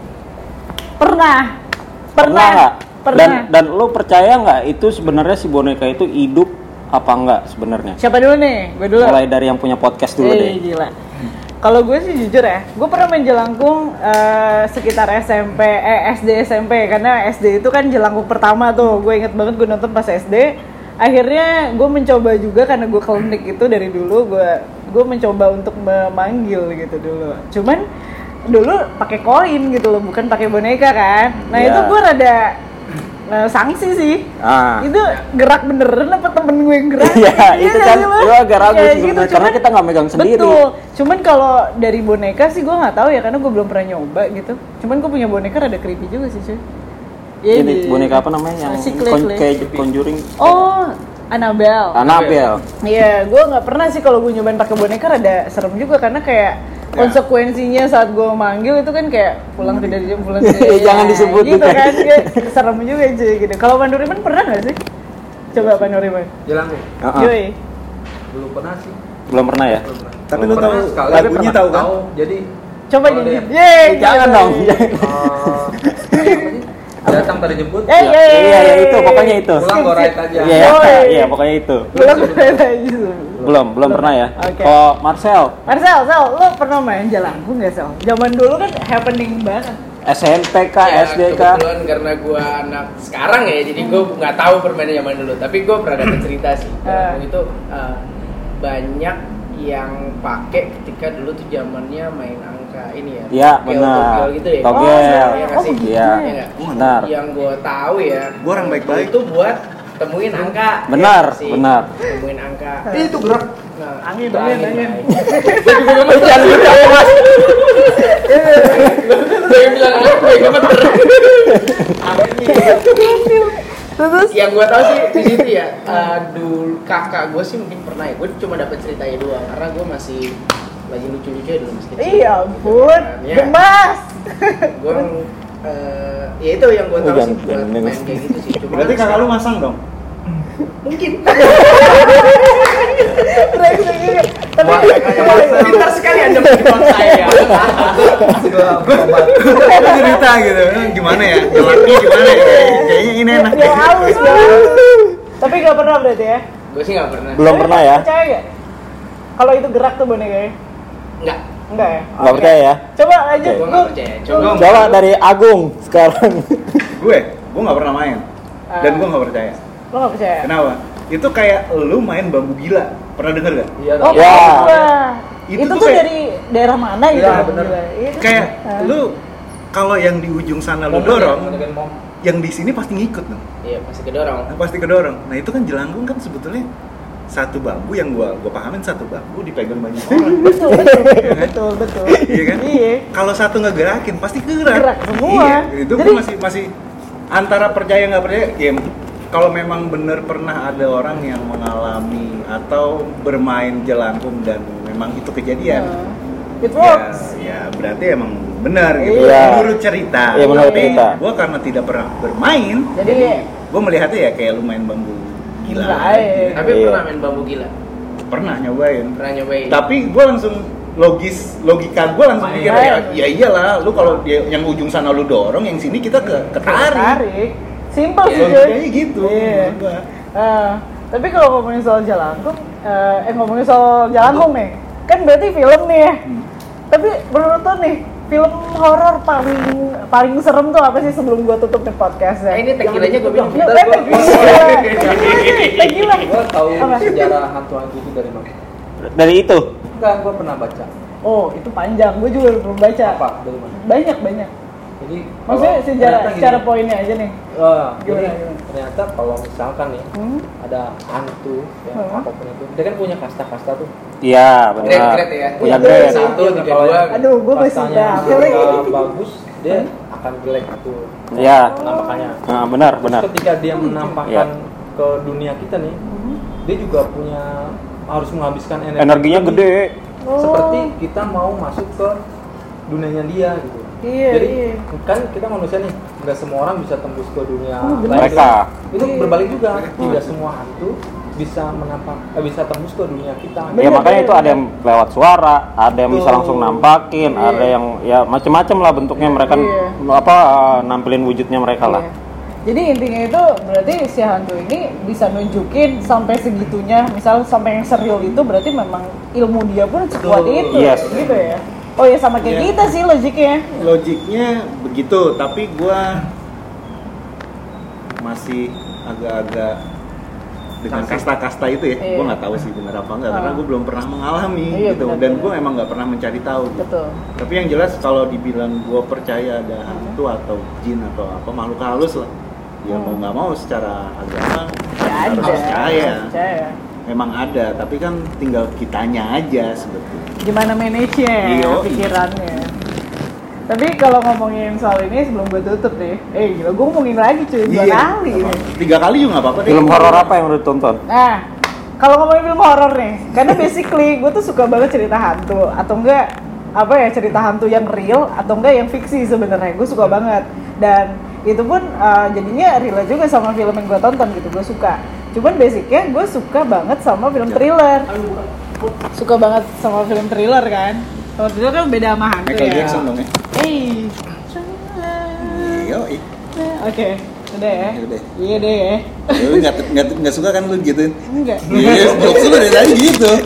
Pernah. Pernah. nggak? Pernah. Dan dan lu percaya nggak itu sebenarnya si boneka itu hidup apa enggak sebenarnya? Siapa dulu nih? Gue dulu. Mulai dari yang punya podcast Eh, dulu deh. gila. Kalau gue sih jujur ya, gue pernah main jelangkung eh, sekitar SMP, eh SD SMP karena SD itu kan jelangkung pertama tuh. Gue inget banget gue nonton pas SD. Akhirnya gue mencoba juga karena gue klinik itu dari dulu gue gue mencoba untuk memanggil gitu dulu. Cuman dulu pakai koin gitu loh, bukan pakai boneka kan. Nah Iya. itu gue rada eh, sanksi sih. Ah. Itu gerak beneran apa temen gue yang gerak? Iya, itu kan gak sih, Mas? gua agak ragu Kayak sebenarnya, gitu, karena cuman- kita nggak megang sendiri. Betul. Cuman kalau dari boneka sih gua nggak tahu ya karena gua belum pernah nyoba gitu. Cuman gua punya boneka rada creepy juga sih cuy. Iya, Ini iya. boneka apa namanya yang Si Clay, kon Clay. kayak conjuring? Oh, Annabelle. Anabel. Iya, gue nggak pernah sih kalau gue nyobain pakai boneka rada serem juga karena kayak Ya. konsekuensinya saat gue manggil itu kan kayak pulang tidak dijemput pulang tidak Hmm. Iya, Jangan disebut, gitu bukan. kan kayak serem juga cuy gitu. Kalau Panduriman pernah nggak sih? Coba Panduriman. Jelang Ah, ah. Yoi. belum pernah sih. Belum pernah ya? Belum pernah. tapi Belum lu Pernah tahu sekali, tapi lagunya pernah. tahu kan Jadi Coba kalau nyanyi. dia- Yeay, Eh, Jangan gila. dong. Iya. Eh, apa sih? datang tadi jemput Eh, Iya, iya, iya, itu, pokoknya itu. pulang gue right aja Iya, Yoi. iya pokoknya itu. Belum pernah gitu. Belum, belum pernah ya. Oke. Kalau Marcel Marcel, Sel, lo pernah main jelangkung gak Sel? Zaman dulu kan happening banget. SMP kah, Iya, Ya, SD kah? kebetulan karena gua anak sekarang ya, jadi gua Hmm. nggak tahu permainan zaman dulu. Tapi gua pernah dapat cerita sih. Kalau itu eh, banyak yang pakai ketika dulu tuh zamannya main angka ini ya. Iya, togel- benar. togel gitu ya. Togel. Iya nggak Oh, sih? begitu Iya. Iya nggak? Gua nggak Benar. Yang gua tahu ya. Gua orang baik-baik. Itu buat temuin angka. Benar, Ya, sih. benar. Temuin angka. Ih, itu gerak Nah, Angin, itu angin, angin. Bay. Jangan gitu, Mas. Saya bilang aku yang gemeter. Terus yang gue tau Ya, sih di situ ya eh, dulu kakak gue sih mungkin pernah ya gue cuma dapat ceritanya doang karena gue masih lagi lucu-lucu ya dulu masih kecil Ya, Iya ampun, gemas. gue ya itu yang gue Oh, tahu jangan- sih buat jangan main minus. kayak gitu sih cuma Berarti kakak lu masang dong? mungkin Reaksinya. Tapi Wah, kakak- pintar sekali anda menjual saya Lu cerita gitu, gimana ya? Lelaki gimana ya? Kayaknya ini enak dia ya, halus banget. Tapi gak pernah berarti ya? gue sih nggak pernah Belum Tapi pernah ya? Percaya gak? Kalau itu gerak tuh bonekanya? nggak Enggak ya? Nggak percaya ya? Coba lanjut. gue Gua- nggak percaya coba Gua- Coba dari Agung sekarang. Gue, gue nggak pernah main dan gue nggak percaya. Lo gak percaya? Kenapa? Itu kayak lu main bambu gila. Pernah denger gak? Iya, Oh, Ya. wah. Itu Itu, tuh tuh kayak- dari daerah mana gitu? Iya, Bang bener. Gila? Itu- Kayak Ah. lu kalau yang di ujung sana lu dorong, yang di sini pasti ngikut dong. iya masih kedorong Nah, pasti kedorong. Nah itu kan jelangkung kan sebetulnya satu bambu yang gua gua pahamin satu bambu dipegang banyak orang. betul betul betul betul Iya kan? iya Kalau satu ngegerakin pasti gerak. Gerak semua. Iya, itu Jadi- gua masih masih antara percaya nggak percaya game. Kalau memang bener pernah ada orang yang mengalami atau bermain jelangkung dan memang itu kejadian. Nah, it Ya, works ya berarti emang benar gitu. Iya. Menurut cerita. Iya, menurut Tapi cerita. gua karena tidak pernah bermain, jadi gue melihatnya ya kayak lumayan bambu gila Gila, eh. aja. tapi Iya. pernah main bambu gila pernah nyobain pernah nyobain tapi gue langsung logis logika gue langsung mikir ya, ya iyalah lu kalau dia- yang ujung sana lu dorong yang sini kita ke ketarik tarik simple sih cuy logikanya gitu Iya. menurut gua. Eh, tapi kalau ngomongin soal jalangkung eh, eh ngomongin soal jalangkung nih kan berarti film nih ya tapi menurut lo nih film horor paling paling serem tuh apa sih sebelum gua tutup nih Eh, podcastnya? Nah, ini tequilanya Iya, gua minum. Ya, Bentar, eh, gua- Iya. tequila. Tequila. Gue iya, tahu Apa? sejarah hantu-hantu itu dari mana? dari itu. Enggak, gue pernah baca. Oh, itu panjang. Gue juga belum baca. Apa? Dari mana? Banyak banyak. Jadi Ya. Maksudnya kalau- secara ternyata gini. secara poinnya aja nih. Ah, Gimana, jadi gimana? ternyata kalau misalkan nih Hmm? ada hantu ya Hmm. apapun itu dia kan punya kasta-kasta tuh Nah, Iya, benar. Grade-grade ya? Punya Iya, grade. grade. satu tiga dua Aduh, gue masih Hmm? kastanya dapet lagi. eh, bagus dia akan jelek tuh Iya. Oh. penampakannya Nah, benar, benar. Iya. ketika dia menampakkan ke dunia kita nih Hmm. dia juga punya harus menghabiskan energi Energinya gede. Oh. seperti kita mau masuk ke dunianya dia gitu Iya, jadi iya. kan kita manusia nih nggak semua orang bisa tembus ke dunia Oh, bener. lain Mereka. tuh. itu Iya. berbalik juga tidak semua hantu bisa menampak eh, bisa tembus ke dunia kita Ya Benar, makanya benar, itu ada benar. yang lewat suara, ada yang bisa Betul. langsung nampakin, Iya. ada yang ya macem-macem lah bentuknya mereka Iya. apa eh, nampilin wujudnya mereka lah. Iya. Jadi intinya itu berarti si hantu ini bisa nunjukin sampai segitunya, misal sampai yang serial itu berarti memang ilmu dia pun sekuat Betul. itu, Yes. gitu ya. Oh ya sama kayak Iya. kita sih logiknya. logiknya begitu tapi gua masih agak-agak dengan kasta-kasta itu ya, Iya. gua nggak tahu sih bener apa nggak karena Ah. gua belum pernah mengalami Iya, gitu benar, dan benar. gua emang nggak pernah mencari tahu gitu. Betul. tapi yang jelas kalau dibilang gua percaya ada hantu atau jin atau apa makhluk halus lah ya mau Hmm. nggak mau secara agama harus percaya Percaya. memang ada tapi kan tinggal kitanya aja sebetulnya Gimana manage-nya ya, Iya. pikirannya. Tapi kalau ngomongin soal ini sebelum gue tutup deh, eh gila gue ngomongin lagi cuy dua kali. nggak ini. apa-apa. Iya. tiga kali juga nggak apa-apa deh. Film horor apa yang udah ditonton? Nah, kalau ngomongin film horor nih, karena basically gue tuh suka banget cerita hantu atau enggak apa ya cerita hantu yang real atau enggak yang fiksi sebenarnya gue suka banget dan itu pun uh, jadinya relate juga sama film yang gue tonton gitu gue suka cuman basicnya gue suka banget sama film thriller suka banget sama film thriller kan kalau thriller kan beda sama hantu Michael Iya. ya Jackson dong ya. hey. Yo, oke udah ya Udah. iya deh ya lu nggak nggak nggak suka kan lu gitu? enggak Iya, jokes lu dari tadi gitu. Eh,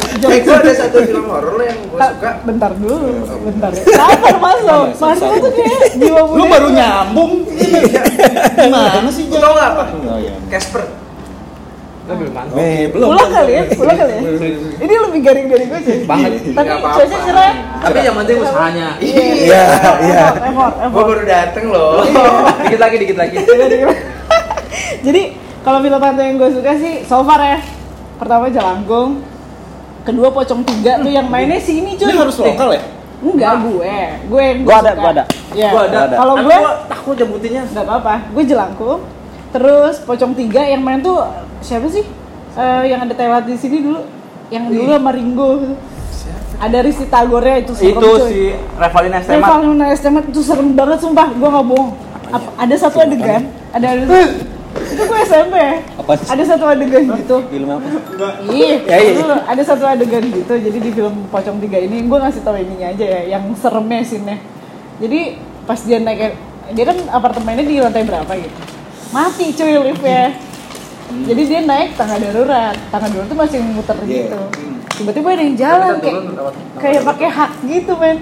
gue ada satu film horor lo yang gue Ah, suka bentar dulu, bentar. Kenapa masuk? Masuk tuh kayak jiwa muda. Lu baru nyambung. Gimana sih? Iya. Lu tau nggak apa? Oh iya. Casper Eh, belum. Pulang kali ya, pulang kali ya. Ini lebih garing dari gue sih. banget Tapi Nggak apa-apa. cuaca cerah. tapi yang penting usahanya Iya, iya. Effort, gue effort. baru dateng loh dikit lagi dikit lagi iya. Jadi kalau film hantu yang gue suka sih, so far ya. Pertama Jalangkung, kedua Pocong Tiga, lu yang mainnya sini cuy. Ini harus lokal ya? Enggak gue, gue yang Gua ada, suka. gua ada. Iya. Gua ada. Kalau Tapi gue Iya, gua takut nyebutinnya nggak apa-apa, gue Jelangkung. Terus pocong tiga yang main tuh siapa sih? Eh, yang ada telat di sini dulu, yang dulu sama Ringo. gitu. Ada Risti Tagore itu serem itu coy. si Revalina Estemat Rivalina Estemat itu serem banget sumpah, gua nggak bohong. Ap- ya? ada satu adegan, ada ada itu gue SMP ya. Eh. Apa sih? Ada satu adegan gitu. film apa Ih, Ya, iya. dulu ada satu adegan gitu. Jadi di film Pocong Tiga ini gue ngasih tau ininya aja ya, yang seremnya sini. Jadi pas dia naik dia kan apartemennya di lantai berapa gitu. Mati cuy liftnya. Hmm. Jadi dia naik tangga darurat. Tangga darurat tuh masih muter Iya. gitu. Tiba-tiba ada yang jalan Hmm. Tapi kita kayak turun lewat- kayak pakai hak gitu, men.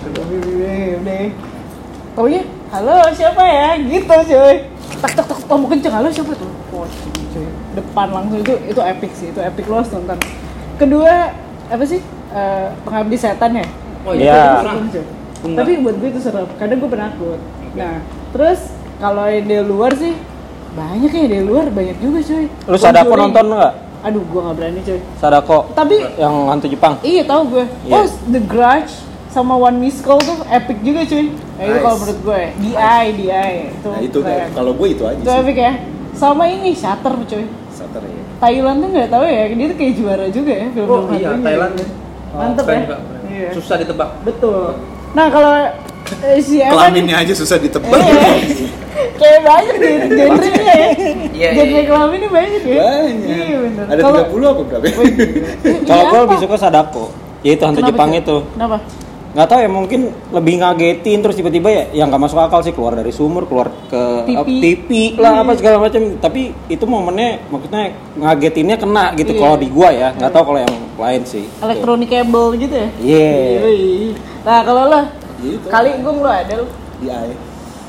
Udah. Taunya, Oh iya? halo siapa ya? Gitu cuy. Tak tak tak tombol kenceng, halo siapa tuh? Pocong cuy. Depan langsung itu itu epic sih, itu epic lo harus nonton. Kedua apa sih? Eh, pengabdi setan ya. Oh Iya. pernah. Tapi buat gue itu serem, kadang gue penakut. Nah, terus kalau yang di luar sih banyak ya di luar banyak juga cuy. lu Sadako Conjuring. nonton nggak Aduh, gue gak berani cuy. Sadako Tapi yang hantu Jepang Iya tahu gue. Iya. Oh, The Grudge sama One Miss Call tuh epic juga cuy. Nah, itu Nice. kalau menurut gue. DI, DI. Itu Nah itu keren. kayak- kalau gue itu aja Itu sih. epic ya. Sama ini Shutter cuy. Shutter ya. Thailand tuh nggak tahu ya, dia tuh kayak juara juga ya film Oh iya, Thailand ya. Mantep Keren, ya. Kak, keren. Iya. Susah ditebak. Betul. Nah kalau eh, si Evan Kelaminnya aja susah ditebak. Eh, kayak banyak di genre-nya ya. Iya, iya, Genre iya. kelaminnya banyak ya. Banyak. Iya benar. Ada 30 apa berapa? ya? Iya, kalau gue apa? lebih suka Sadako ya itu hantu Kenapa, Jepang cuy? itu Kenapa? nggak tahu ya mungkin lebih ngagetin terus tiba-tiba ya yang nggak masuk akal sih keluar dari sumur keluar ke Tipi. eh, tipi lah Iya. apa segala macam tapi itu momennya maksudnya ngagetinnya kena gitu Iya. kalau di gua ya nggak tahu kalau yang lain sih Electronic cable gitu ya. Iya. Yoi. Nah kalau lo, Gitu. kali gue lo ada lo, Iya. ya.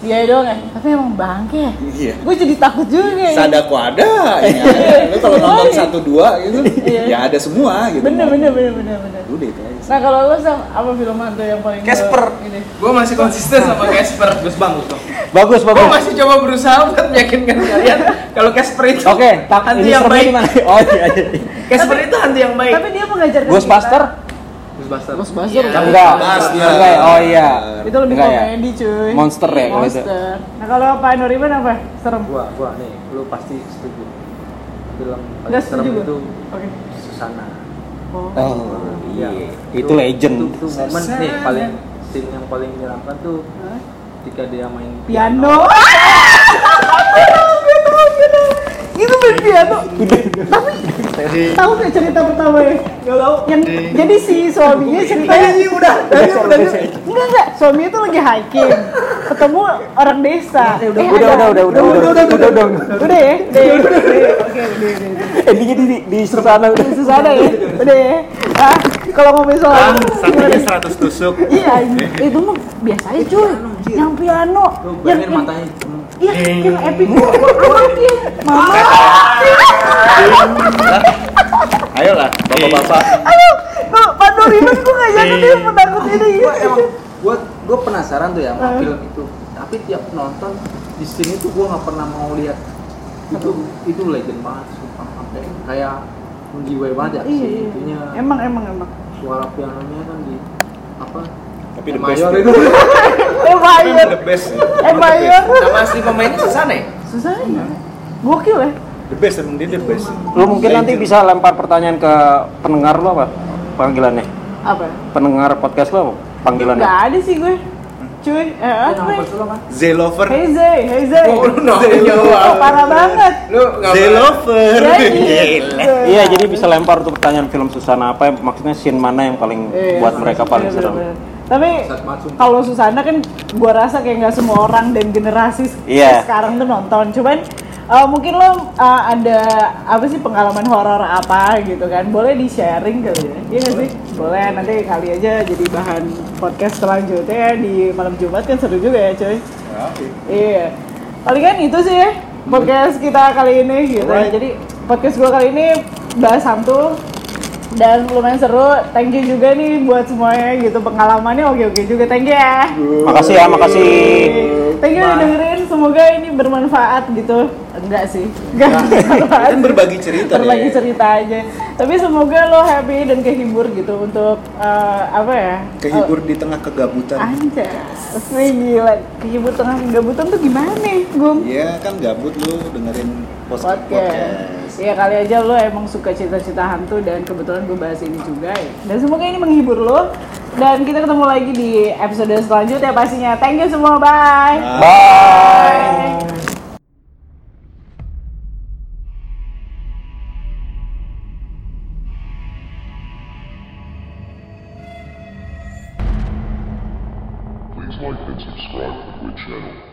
dia doang ya. Tapi emang bangke ya. Iya. Gue jadi takut juga ya. Sadako ada. Ya. Lu kalau nonton satu dua gitu, Iya. ya ada semua gitu. Bener bener bener bener bener. Udah itu aja. Nah kalau lo sam, apa film hantu yang paling lo Casper. Ini. Gue masih konsisten sama Casper. Gus Bang, Gus Bang. bagus Gue bagus Oh, masih coba berusaha buat meyakinkan kalian kalau Casper itu oke tak hantu ini yang seremnya baik. di mana oh iya iya Casper itu hantu yang baik. Tapi dia mengajarkan Ghostbuster Gus Buster. Ghostbuster. Iya. kan? enggak Ghostbuster. enggak oh iya Itu lebih Enggak ya? komedi cuy. Monster ya kalau itu? Monster. Nah kalau Pak Nuriman apa? Serem. Gua, gua nih, lu pasti setuju. Film paling Enggak serem setuju gue. itu Oke. Susana. Oh. oh iya itu Tuh- legend tuh- tuh momen nih Susana. paling scene yang paling menyeramkan tuh ketika dia main piano. Gue tahu, gue tahu. Itu main piano. Tapi tahu nggak cerita pertama ya? Yang jadi si suaminya ceritanya Iya, udah, udah, enggak enggak. Suaminya tuh lagi hiking, ketemu orang desa. Eh, udah udah udah udah udah udah udah udah udah Udah ya, udah. ya? Udah, ya? Oke, udah, udah, udah. endingnya di di, di Susana udah Susah ada ya, udah ya. Ah, kalau ngomongin soal Satunya 100 tusuk. Iya, itu mah biasa aja cuy. Yang piano, Lu yang kan? bayangin matanya cuma Iya, yang epic. Mati. Mama. Ayolah, bapak-bapak. Aduh, Pak Pak Doriman gue gak jadi dia penakut ini. gua Iya, emang gua gua penasaran tuh ya sama film itu tapi tiap nonton di sini tuh gua nggak pernah mau lihat itu itu legend banget sumpah sampai kayak menjiwai banget ya Iya, si iya. itunya Emang, emang, emang. suara pianonya kan di apa Tapi E the best. mayor ya. itu Eh, Mayor. The best. ya. Eh, Mayor. Sama asli pemainnya Susana ya? Susah ya. Gokil ya. The best emang dia the best. lu mungkin nanti bisa lempar pertanyaan ke pendengar lu apa panggilannya Apa? pendengar podcast lu apa panggilannya Gak ada sih gue. Cuy, eh apa? kan? Zelover. Hey Zay, hey Zay. Oh, lu no. Oh, parah banget. Lu nggak Zelover. Jadi, Iya, jadi bisa lempar tuh pertanyaan film Susana apa yang maksudnya scene mana yang paling Iya, buat mereka paling iya, serem. bener-bener. Tapi Saat banget, sumpah. kalau Susana kan gua rasa kayak nggak semua orang dan generasi s- Iya. sekarang tuh nonton. Cuman eh, mungkin lo eh, ada apa sih pengalaman horor apa gitu kan? Boleh di sharing kali ya? Iya nggak sih? Boleh nanti kali aja jadi bahan podcast selanjutnya ya. di malam Jumat kan seru juga ya coy. Iya. Palingan itu sih ya podcast kita kali ini gitu. Alright. Jadi podcast gua kali ini bahas hantu dan lumayan seru. Thank you juga nih buat semuanya gitu pengalamannya oke oke juga. Thank you ya. Makasih ya, makasih. Thank you udah dengerin. Semoga ini bermanfaat gitu. Enggak sih. Enggak bermanfaat. Kan berbagi Iya. cerita ya. Berbagi deh. cerita aja. Tapi semoga lo happy dan kehibur gitu untuk eh, apa ya? Kehibur di tengah kegabutan. Oh, anjas. Wih, gila. Kehibur tengah kegabutan tuh gimana, Gum? Iya kan gabut lu dengerin post- podcast. podcast. Iya kali aja lo emang suka cerita-cerita hantu dan kebetulan gue bahas ini juga ya. Dan semoga ini menghibur lo. Dan kita ketemu lagi di episode selanjutnya pastinya. Thank you semua, bye. Bye. Please like and subscribe to the channel.